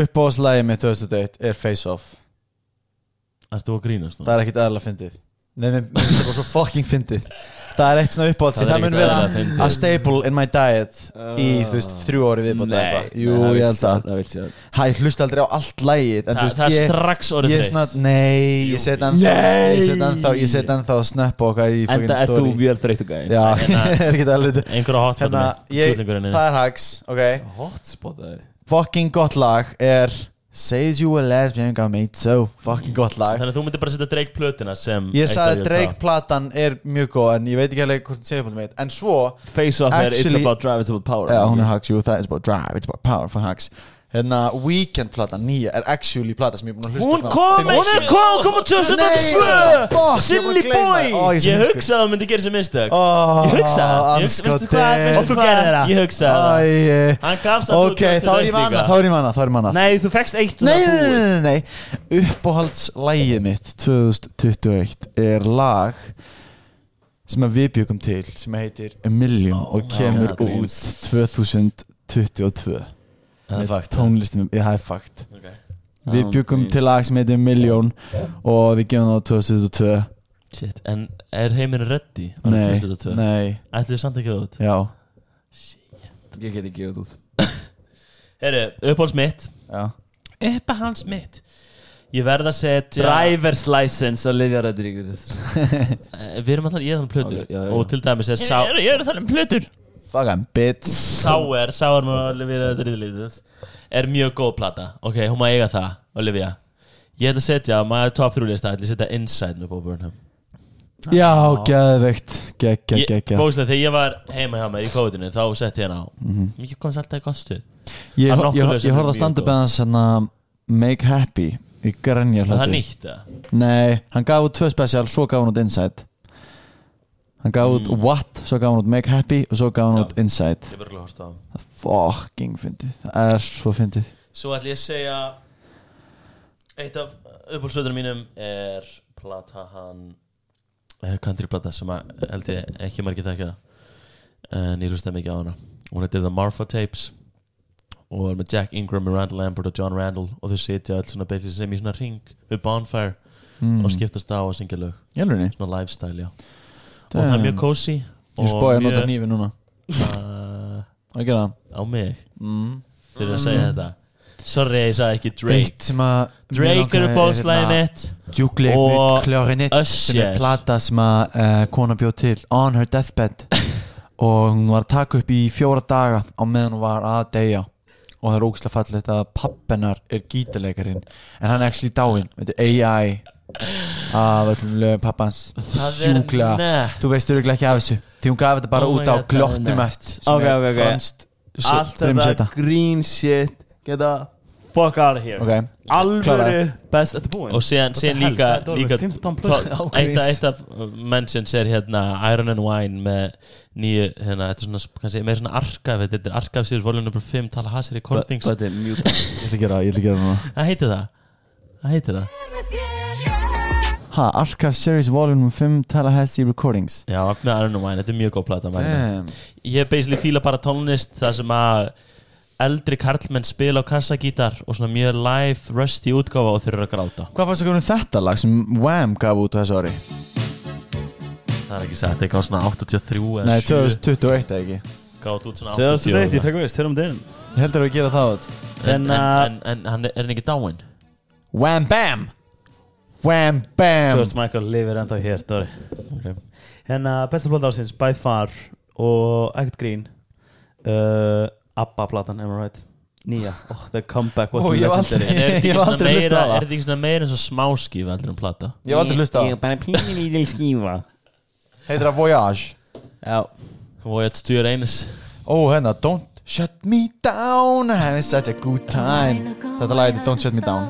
S1: uppbóðslægi mitt 2001 er Face Off
S3: Ertu að grínast nú?
S1: Það er ekkit aðalega fyndið Nei, mér mér finnst það bara svo fucking fyndið Það er eitt svona uppbóðs
S3: Það
S1: Það,
S3: er
S1: mun
S3: ekkit
S1: vera
S3: eðlilega fyndið.
S1: a staple in my diet Í, þú veist, þrjú ári viðbótt eða eitthvað. Jú, ég held að
S5: Það vil sé að
S1: Hæ, ég hlusta aldrei á allt lægið En þú
S3: Það
S1: veist,
S3: það er
S1: ég
S3: strax
S1: Ég
S3: orðið
S1: er svona,
S3: þreytt
S1: nei, ég set ennþá Ég set ennþá, ég set ennþá að snappa okkar í fucking
S5: Enda ert þú
S1: story.
S5: vel þreytt og gæði
S1: Já,
S3: Hérna-
S1: [laughs] ég er ekkit aðalega
S3: Einhverja hotspot
S1: Hérna, ég, það er Hags, ok
S5: Hotspot aðeins
S1: fucking gott lag er Says you a lesbian got made so fucking gott lag
S3: Þannig að þú myndir bara setja Drake plötuna sem
S1: ég sagði
S3: eitthvað
S1: að
S3: ég
S1: Drake platan er mjög góð en ég veit ekki alveg hvort það segir búin meitt en svo
S5: Face off er It's
S1: Actually-
S5: about drive, it's about power
S1: já hún er Hags jú það er bara drive it's about power for Hags hérna Weekend platan nýja er actually plata sem ég er búin að hlusta
S3: Hún
S1: svona
S3: kom,
S1: fimm
S3: hún er
S1: sinnum.
S3: kom, kom á
S1: Nei, what the
S3: 2002
S1: fuck, ég er búin
S3: Silly
S1: að gleyma
S3: boy
S1: því. Ó, er
S3: Ég
S1: svo heimskur.
S3: hugsaði að hún myndi gera sér mistök
S1: Ó,
S3: Ég hugsaði
S1: andskotinn.
S5: Og þú gerðir það.
S3: Ég hugsaði það.
S1: Æ,
S3: Hann gafst það
S1: ok, þá er ég manna þá er ég manna þá er ég manna
S5: Nei, þú fekst eitt
S1: Nei, nei, nei, nei, nei. Uppáhaldslægið mitt 2021 er lag sem að við byggum til sem heitir A Million og kemur
S3: Oh, God.
S1: út 2022
S3: Það er fakt
S1: tónlistum, ég hef fakt
S3: Ok. Oh,
S1: Við byggum til lag sem heitir A Million og við gefum það á 2022
S3: Shit, en er heiminn ready árið
S1: Nei,
S3: 2022?
S1: nei,
S3: Ætlum við samt ekki það út
S1: já
S5: Ég get ekki gefið út
S3: Herru, uppáhalds mitt
S1: Já,
S3: Uppáhalds mitt Ég verð að setja
S5: Driver's license Olivia Rodriguez
S3: Eh, Við erum alltaf, ég er þannig plötur
S5: Ok, já, já.
S3: Og til dæmis er sá
S1: ég er að tala um plötur Fucking bitch
S3: Sáer, Sáer með Olivia Rodriguez er mjög góð plata ok, hún má eiga það, Olivia ég ætla að setja, maður er top 3 lista ég ætla að setja Inside með Bob Burnham
S1: Já, geðveikt, gegg, gegg,
S3: ég,
S1: gegg
S3: bókslega þegar ég var heima hjá mér í COVID-inu þá setti ég hann á
S1: Mhm.
S3: ég komst alltaf í gott stuð
S1: Ég,
S3: Hann
S1: ég,
S3: náttúrulega
S1: ég, ég horfði
S3: mjög
S1: að standa
S3: góð.
S1: beðan hérna Make Happy í Grenja
S3: og það er
S1: hluti
S3: nýtt það
S1: Nei, hann gaf út tvö special, svo gaf hann út Inside Hann gaf
S3: Mm.
S1: út What, svo gaf hann út Make Happy og svo gaf hann út Inside
S3: ég verður að horta á hann.
S1: Það er fucking fyndið, það er svo fyndið
S3: svo ætla ég að segja eitt af uppálsveitunum mínum er plata hann eh, countryplata sem að held ég ekki margir þekkja en ég hlusta mikið á hana hún heitir The Marfa Tapes og er með Jack Ingram, Randall Lambert og John Randall og þau sitja öll svona basically sem í svona ring við bonfire
S1: Mm.
S3: og skiptast á að syngja lög
S1: Jálfurni,
S3: svona lifestyle já og það er mjög cozy
S1: ég
S3: og
S1: spói að nota
S3: mjög,
S1: nýfi núna
S3: uh,
S1: Það Mm. gera hann
S3: á mig fyrir að segja þetta sorry ég sagði ekki Drake
S1: Eitt sem að hérna-
S3: Drake er uppáhaldslæðið mitt
S1: Djúkleik
S3: Og
S1: mitt kljórinett sem
S3: Usher.
S1: er plata sem að uh, kona bjóð til on her
S5: [laughs]
S1: deathbed og hún var að taka upp í fjóra daga á meðan hún var að deyja og það er ógislega fallegt að pappennar er gítalekarinn en hann er actually dáinn þetta er AI af öllum lögum pappans
S3: Það er
S1: sjúklega
S3: nett.
S1: þú veist örugglega ekki af þessu því hún gaf þetta bara
S3: Oh my
S1: út á
S3: God, það er
S1: glottum
S3: nett.
S1: eftir sem
S5: Ok, ok,
S1: er
S5: ok.
S1: franskt
S5: Allt
S1: frumsetta
S5: þetta green shit Geta Fuck out of here
S1: Ok.
S5: Alvöru
S1: Kláraði.
S5: Best Þetta er búin
S3: og síðan, síðan líka, líka
S5: plöður
S1: plötur.
S3: eitt, af- eitt af uh, mentions er hérna Iron and Wine með nýju hérna, þetta er svona, kannski meira svona arkaf þetta er arkaf síðan volume number 5 tala hasir recordings,
S5: Þetta er mjög
S1: ég ætla að gera, ég ætla að gera núna
S3: það heitir það það heitir það,
S1: ha, Archive Series Volume 5 Tallahassee Recordings
S3: já, með Iron and Wine þetta er mjög góð plata mæli með.
S1: damn
S3: ég basically fíla bara tónlist það sem að eldri karlmenn spila á kassagítar og svona mjög live, rusty útgáfa og þeir eru að gráta
S1: Hvað fannst þú um þetta lag sem Wham gaf út á þessu ári?
S3: það er ekki sagt, þetta er eitthvað svona 83 eða
S1: Nei,
S3: 7,
S1: 2021 eða ekki
S3: gátt út svona 80
S5: Þegar þú frekar veist Þegar um deginum
S1: Ég heldur að við gera það út
S3: en, en,
S5: En, uh,
S3: en, en hann er, er hann ekki dáinn
S1: Wham bam Wham bam
S5: George Michael lifir ennþá hér Dóri
S3: okay.
S2: Uh,
S5: Hérna besta plata ársins By far Og ekkert grín uh, Abba platan Am I right Nýja oh, The comeback was
S1: Ó, ég hef aldrei- [laughs]
S3: En er þetta
S1: Ég
S3: ekki
S1: hef
S3: svona
S1: aldrei hlustað á
S3: meira
S1: það.
S3: Er þetta ekki svona meira eins og smáskíf allir um plata
S1: Ég hef aldrei hlusta á
S5: Ég er bara pínir í til skífa
S1: Heitir það Voyage
S5: Já
S3: Og ég stjur eines
S1: Ó, hérna Don't shut me down I had such a good time Þetta lag heitir Don't shut me down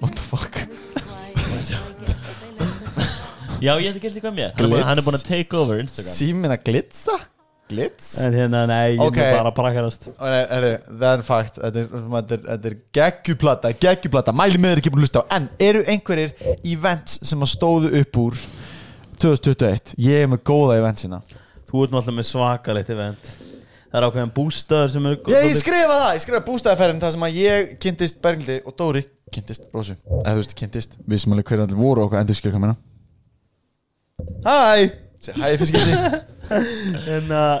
S1: What the fuck
S3: Já ég ætti að gera þetta eitthvað mér
S1: Glitz.
S3: Hann er búin að take over Instagram
S1: Símin að glitsa Glitz?
S2: En hérna, nei, ég
S1: Ok.
S2: okay. er bara að brakarast
S1: Ó, nei, heyrðu, Það er fakt Þetta er, þetta er, þetta er geggjuplata Geggjuplata Mæli með þeir ekki búin að hlusta á En eru einhverjir events sem að stóðu upp úr 2021 Ég er með góða hérna. eventsina
S2: Þú ert náttúrulega með svakalegt event Það er ákveðin bústaður sem er
S1: Ég, ég skrifa það Ég skrifa bústæðaferðin Það sem að ég kynntist Berglindi og Dóri Kynntist Rósu Eða þú veist kynntist Við sem alveg hverjandir voru okkar En þú skilur hvað meina Hæ Sér, Hæ fyrst skilti
S2: En að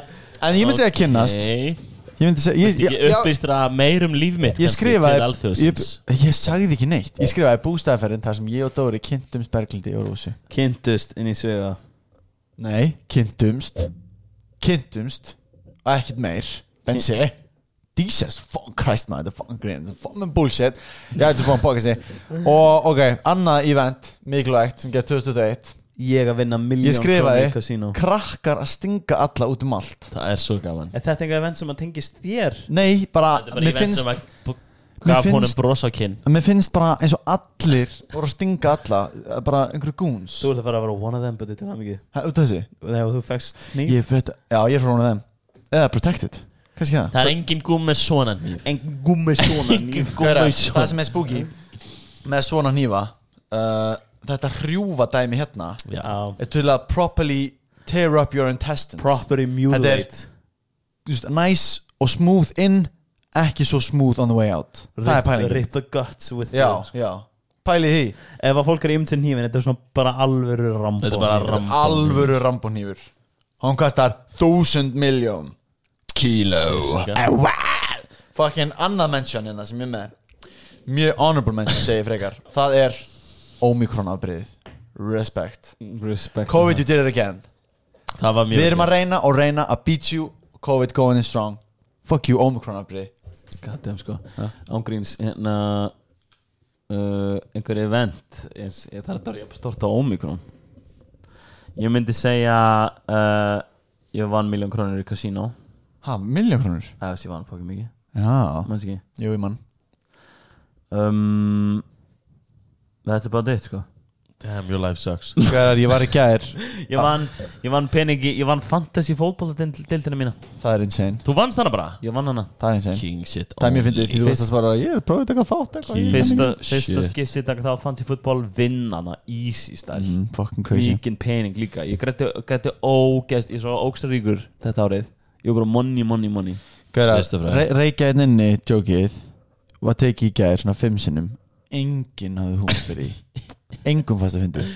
S1: En ég myndi segja kynnast
S3: Nei,
S1: Ég myndi segja ég-
S3: ekki
S1: ég- já,
S3: upplýstra meir um líf mitt
S1: Ég
S3: kannski,
S1: skrifaði
S3: til
S1: ég,
S3: alþjóðsins
S1: ég sagði ekki neitt Ég skrifaði bústæðaferðin þar sem ég og Dóri kynntumst Berglindi og Rósu
S2: kynntust inn í svega
S1: Nei, kynntumst Kynntumst Og ekkert meir Bensi Jesus fucking Christ man Þetta er fucking grinn Þetta er fucking bullshit Ég ætti að fá að bóka sig Og ok, annað event Mikilvægt sem gerð 2021
S2: Ég að vinna miljón
S1: Ég skrifaði
S2: krónur í kasínó.
S1: Krakkar að stinga alla út um allt
S3: Það er svo gaman
S2: Er þetta einhver event sem að tengist þér?
S1: Nei, bara,
S3: Þetta er bara
S1: mér
S3: event
S1: finnst,
S3: sem að gaf
S1: finnst-
S3: honum bros á kinn
S1: mér finnst bara eins og allir voru að stinga alla eh, bara einhverju goons
S2: Þú ert að fara að vera one of them, but þetta er mikið
S1: Ha, Út af þessi
S2: Nei, og þú fegst nýf
S1: Ég er fyrir þetta Já, ég er fyrir hún af þeim Eða protected Kannski það
S3: Það er engin gúm með svona nýf
S2: En gummi svona
S3: Engin
S2: nýf
S3: gúm með
S1: það
S2: sko.
S3: svona
S1: sem er spooky með svona hnífa uh, þetta hrjúfa dæmi hérna
S3: Já,
S1: er til að properly tear up your intestines
S2: Property mutilate
S1: Just, nice og smooth in ekki svo smooth on the way out það er
S2: Rip-
S1: pælingin
S2: Rip the guts with
S1: já,
S2: you
S1: já. pælið því
S2: Ef að fólk er ímynd sem hnífin, þetta er svona bara alvöru rambo
S3: Þetta er bara rambo.
S1: alvöru rambonýfur hann kastar 1000 miljón kíló fucking annað mention hérna sem ég er með mjög honorable mention segir frekar það er Omikron afbreiðið respect
S2: Respect
S1: COVID you did it again
S3: það var mjög
S1: Við erum að reyna og reyna að beat you COVID going in strong Fuck you Omicron afbrið
S2: Goddamn sko Ángríns, hérna uh, Einhver event eins, ég, Það er þetta ég stort á Omikron Ég myndi segja uh, Ég vann miljón krónur í kasínó
S1: Ha, miljón krónur?
S2: Það veist ég vann fókið mikið
S1: Já,
S2: Manns ekki
S1: jú í mann
S2: um, That's about it sko
S3: Damn your life
S1: [laughs]
S3: sucks
S1: Hvað er, ég var í gær
S2: Ég vann, ég vann peningi, ég vann fantasy fótbolladildina mína
S1: Það er insane,
S3: Þú vannst hana bara
S2: Ég vann hana
S1: það er insane
S3: King shit
S1: Það er mjög fyndið
S3: only.
S1: því þú veist að svara Ég er prófið að taka þátt eitthvað ég er
S2: Fyrsta,
S1: gaman í-
S2: fyrsta
S3: Mm. Shit.
S2: skipti dag þá fantasy fútbol vinn hana Easy style
S1: Mm, Fucking crazy
S2: Mikinn pening líka Ég grætti, grætti ógæst Ég svo ógstaríkur þetta árið Ég var bara money, money, money
S1: Hvað
S3: Veistu
S1: er,
S3: frá-
S1: re reykja einn inni, jókið Var tekið í gær svona fimm sinnum Enginn hafði hún fyrir því Engum fannst að fyndið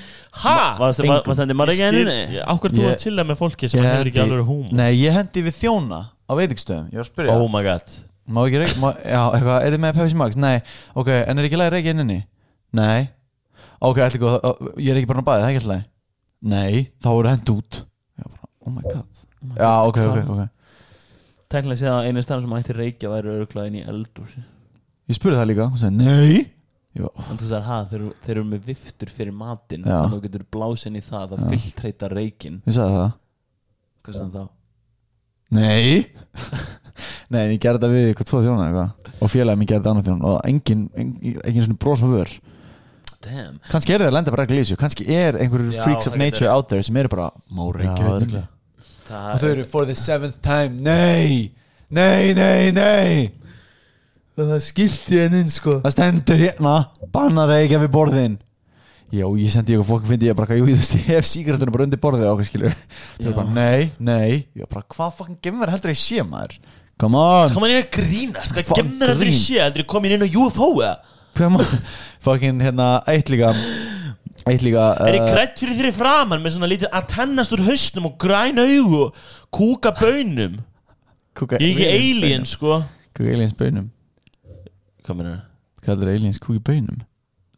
S3: Ha?
S2: Var þetta maður ekki henni?
S3: Ákvært þú
S1: Ég-
S3: að chilla með fólki sem
S1: Ég
S3: hefur ekki
S1: hendi-
S3: alveg húm
S1: Nei, ég hendi við þjóna á veitingastöðum Ég var að spyrja
S3: Oh my god
S1: Má ekki reykja? má- Já, eitthvað, er þið með Pepsi Max? Nei, ok, en er ekki læg reykja inninni? Nei Ok, ætli góð, ó, ég er ekki bara að bæða, það er ekki alltaf Nei, þá voru hend út Já, bara, oh my god Já, ok, ok, ok
S2: Tæknilega séð að einu stæðan sem mætti reykja væri örglað inn í eldúsi
S1: Ég spurði það líka, hún sagði, nei Jó,
S2: En þess að ha, þeir, eru- þeir eru með viftur fyrir matinn
S1: Já.
S2: Þannig að þú getur blásinn í það Það filtreita reykin
S1: ég sagði það
S2: Hvað sem þá?
S1: Nei [laughs] Nei, en ég gerði þetta við eitthvað tvo þjóna eitthvað Og félagið mér gerði þetta annað þjóna Og engin, engin, engin svona bros og vör
S2: Damn
S1: Kannski er það að lenda bara ekki lísu Kannski er einhverjur
S2: Já,
S1: freaks of
S2: það getur
S1: nature
S2: verið.
S1: out there Sem eru bara, má reykja hérna
S2: örugglega. Það
S1: og þau eru for the seventh time nei, nei, nei, nei
S2: Það skilti henni inn sko
S1: það stendur hérna bannar eiga við borðin já, ég sendi eitthvað fólk fyndi ég bara, jú, þú veist, ég hef síkratunum bara undir borðið okkur skilur, þau eru bara, nei, nei ég bara, hvað fokkin gemur heldur ég sé maður come on
S3: Hvað mann er að grínast? Hvað
S1: Fuck,
S3: gemnar aldrei
S1: grín.
S3: sé? Aldrei komin inn á UFO eða?
S1: come on [laughs] fokkin hérna, eitt líka eitt líka
S3: Er ég
S1: uh,
S3: grætt fyrir þeirri framann með svona lítið antennast úr hausnum og græn augu og kúka bönum?
S1: kúka
S3: Ég er ekki alien, sko.
S1: bönum. kúka aliens bönum
S3: Hvað minn er það?
S1: hvað heldur aliens kúka bönum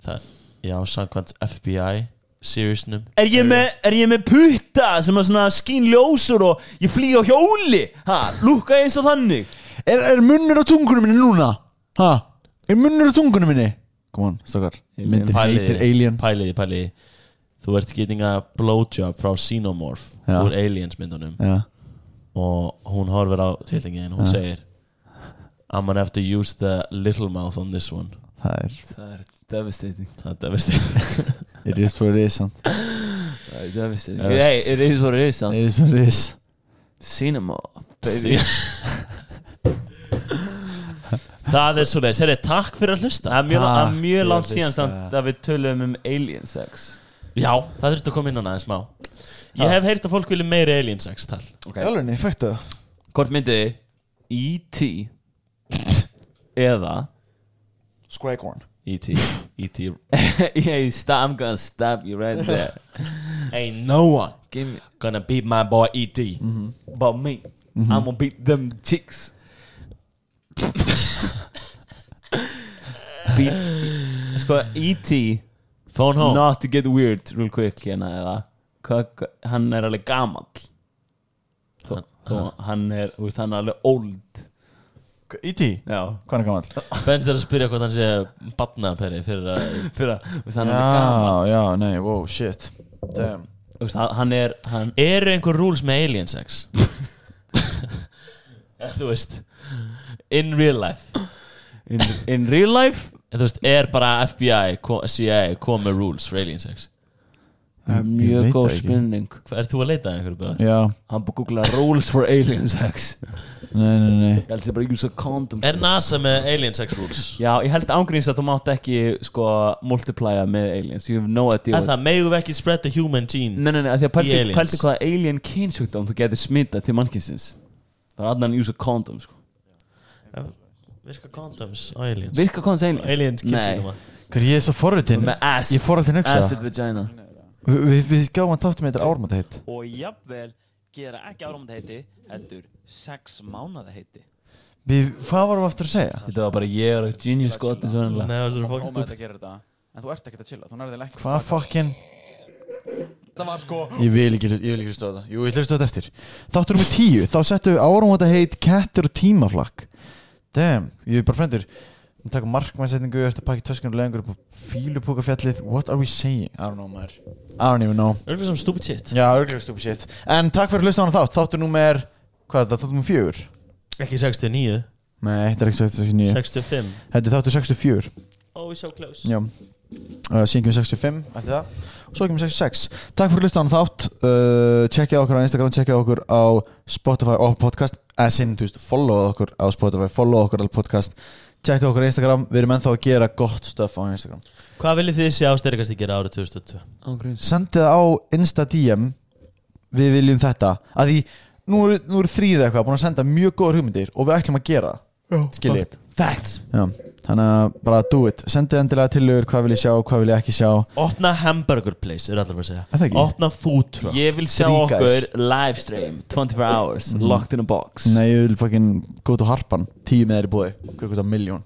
S3: Það, já, samkvæmt FBI Seriousnum
S2: Er ég með, er ég með putta sem er svona skín ljósur og ég flý á hjóli? Ha, lúka eins og þannig
S1: er, er munnur á tungunum minni núna ha, er munnur á tungunum minni come on, stokkar, myndin
S3: Pæliði-
S1: heitir alien
S3: Pæliði, pæliði Þú ert gettinga blowjob frá Xenomorph
S1: Já.
S3: úr Aliens myndunum
S1: já
S3: og hún horfir á tillingin hún segir I'm gonna have to use the little mouth on this one
S1: Það er
S2: Það er devastating
S3: Það er devastating
S1: It is what it is sant?
S2: Það er devastating Nei, it is what it is
S1: It is what it is
S2: Cinemoth
S3: Sí. Það er svo leiðis, herri, takk fyrir að hlusta
S2: Það er mjög, það er
S1: Takk
S2: mjög
S1: fyrir
S2: langt
S1: að
S2: síðan
S1: hlusta.
S2: samt að við töluðum um alien sex
S3: Já, það þurfti að koma inn á næðin smá Ég hef heyrt að fólk vilja meiri alien sex tal
S1: okay. Jálunni, fættu
S2: Hvort myndið þið? E.T. eða
S1: Squagorn
S3: E.T. E.T.
S2: [laughs] Hey, stop, I'm gonna stab you right there
S3: Ain't no one
S2: Give me
S3: gonna beat my boy E E.T.
S2: about me I'm gonna beat them chicks Beat Sko, E.T.
S3: Phone home
S2: Not to get weird real quick hérna eða hva- hva- hann er alveg gamall þó, þó hann er þú veist, hann er alveg old
S1: E.T.
S2: já,
S1: Hvað er gammal?
S3: Benz er að spyrja hvort hann sé batnaperi fyrir að
S2: [laughs] fyrir að þú veist, hann er alveg gamall
S1: Já, já, nei, wow, shit Damn
S2: Þú veist, hann- hann er hann,
S3: Eru einhver rules með alien sex? Eða, [laughs] Þú veist In real life
S2: in, in real life
S3: Eða, Þú veist, er bara FBI, ko- CIA komið rules fyrir alien sex?
S1: Ég
S2: mjög
S1: veit
S2: góð
S1: það ekki.
S2: spurning
S3: Hvað, ert þú að leita að einhverju bara?
S1: Já,
S2: hann búið að googla rules for alien sex
S1: nei, nei, nei
S2: ég held sér bara að use a condom
S3: Er NASA með alien sex rules?
S2: já, ég held ángríns að þú mátt ekki sko multiplya með aliens you have no idea
S3: Er
S2: what-
S3: það, megum við ekki spread the human gene?
S2: Nei, nei, nei, af því að
S3: Í
S2: pælti,
S3: aliens.
S2: pælti hvaða alien kynsjúkdóm þú getur smitað til mannkynsins Það er allan að use a condom, sko
S3: Virka condoms á aliens
S2: Virka kondoms aliens?
S3: Aliens
S2: Nei,
S3: kynsingum
S1: Hver, ég er svo forritin
S2: með ass
S1: Ég er forritin
S2: Ass
S1: hugsa
S2: in vagina
S1: Við vi, vi gáum að þáttum eitthvað ármata hitt
S2: Og jafnvel gera ekki áramönda heiti heldur sex mánada heiti
S1: Við, hvað varum við aftur að segja?
S2: Þetta var bara ég er að genius gott eins og hennilega
S3: Nei, það er fólk
S8: Ómæðið að gera þetta En þú ert ekkert að chilla Þú nærðið ekki
S1: Hvað fokkin?
S8: Það var sko
S1: Ég vil ekki, ég vil ekki hlusta á þetta Jú, ég hlusta á þetta eftir Þáttur um tíu, þá settum við ármata hitt Kettur og tímaflakk Damn, ég er bara frendur Við takum markmæðsetningu, eftir að pakka töskunum lengur upp á fílupúkafjallið What are we saying? I don't know, maður I don't even know
S3: Örgulega sem stupid shit
S1: Já, örglega stupid shit En takk fyrir að hlusta á hana þátt Þáttur númer, hvað er þetta, þáttur númer fjögur?
S3: Ekki 69,
S1: Nei, þetta er ekki 69
S3: 65
S1: Þetta er þáttur 64
S3: Oh, so close
S1: Já Uh, síðan kemur 65 eftir það og svo kemur 66 takk fyrir að hlusta á hann þátt uh, tjekkið okkur á Instagram, tjekkið okkur á Spotify og podcast eða sinn, þú veist, followað okkur á Spotify followað okkur á podcast, tjekkið okkur á Instagram við erum ennþá að gera gott stöf á Instagram
S3: Hvað viljið þið sjá sterkast að gera árið 2002?
S2: Ángríns
S1: sendið á Insta DM við viljum þetta að því nú eru, nú eru þrýr eða eitthvað búin að senda mjög góðar hugmyndir og við ætlum að gera það. skiljið
S2: Facts
S1: Já, þannig að bara do it Sendið endilega tillögur, hvað vil ég sjá, hvað vil ég ekki sjá
S3: Opna hamburger place, er allar bara að
S1: Er það
S3: segja
S1: ekki?
S3: Opna food truck
S2: Ég vil sjá
S1: Three guys.
S2: okkur live stream 24 hours,
S3: Mhm.
S2: locked in a box
S1: Nei, ég vil fucking go to harpan Tíu með þér í búði, hver kostar miljón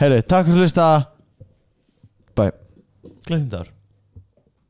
S1: Herri, takk fyrir að hlusta Bye
S3: Gleðindar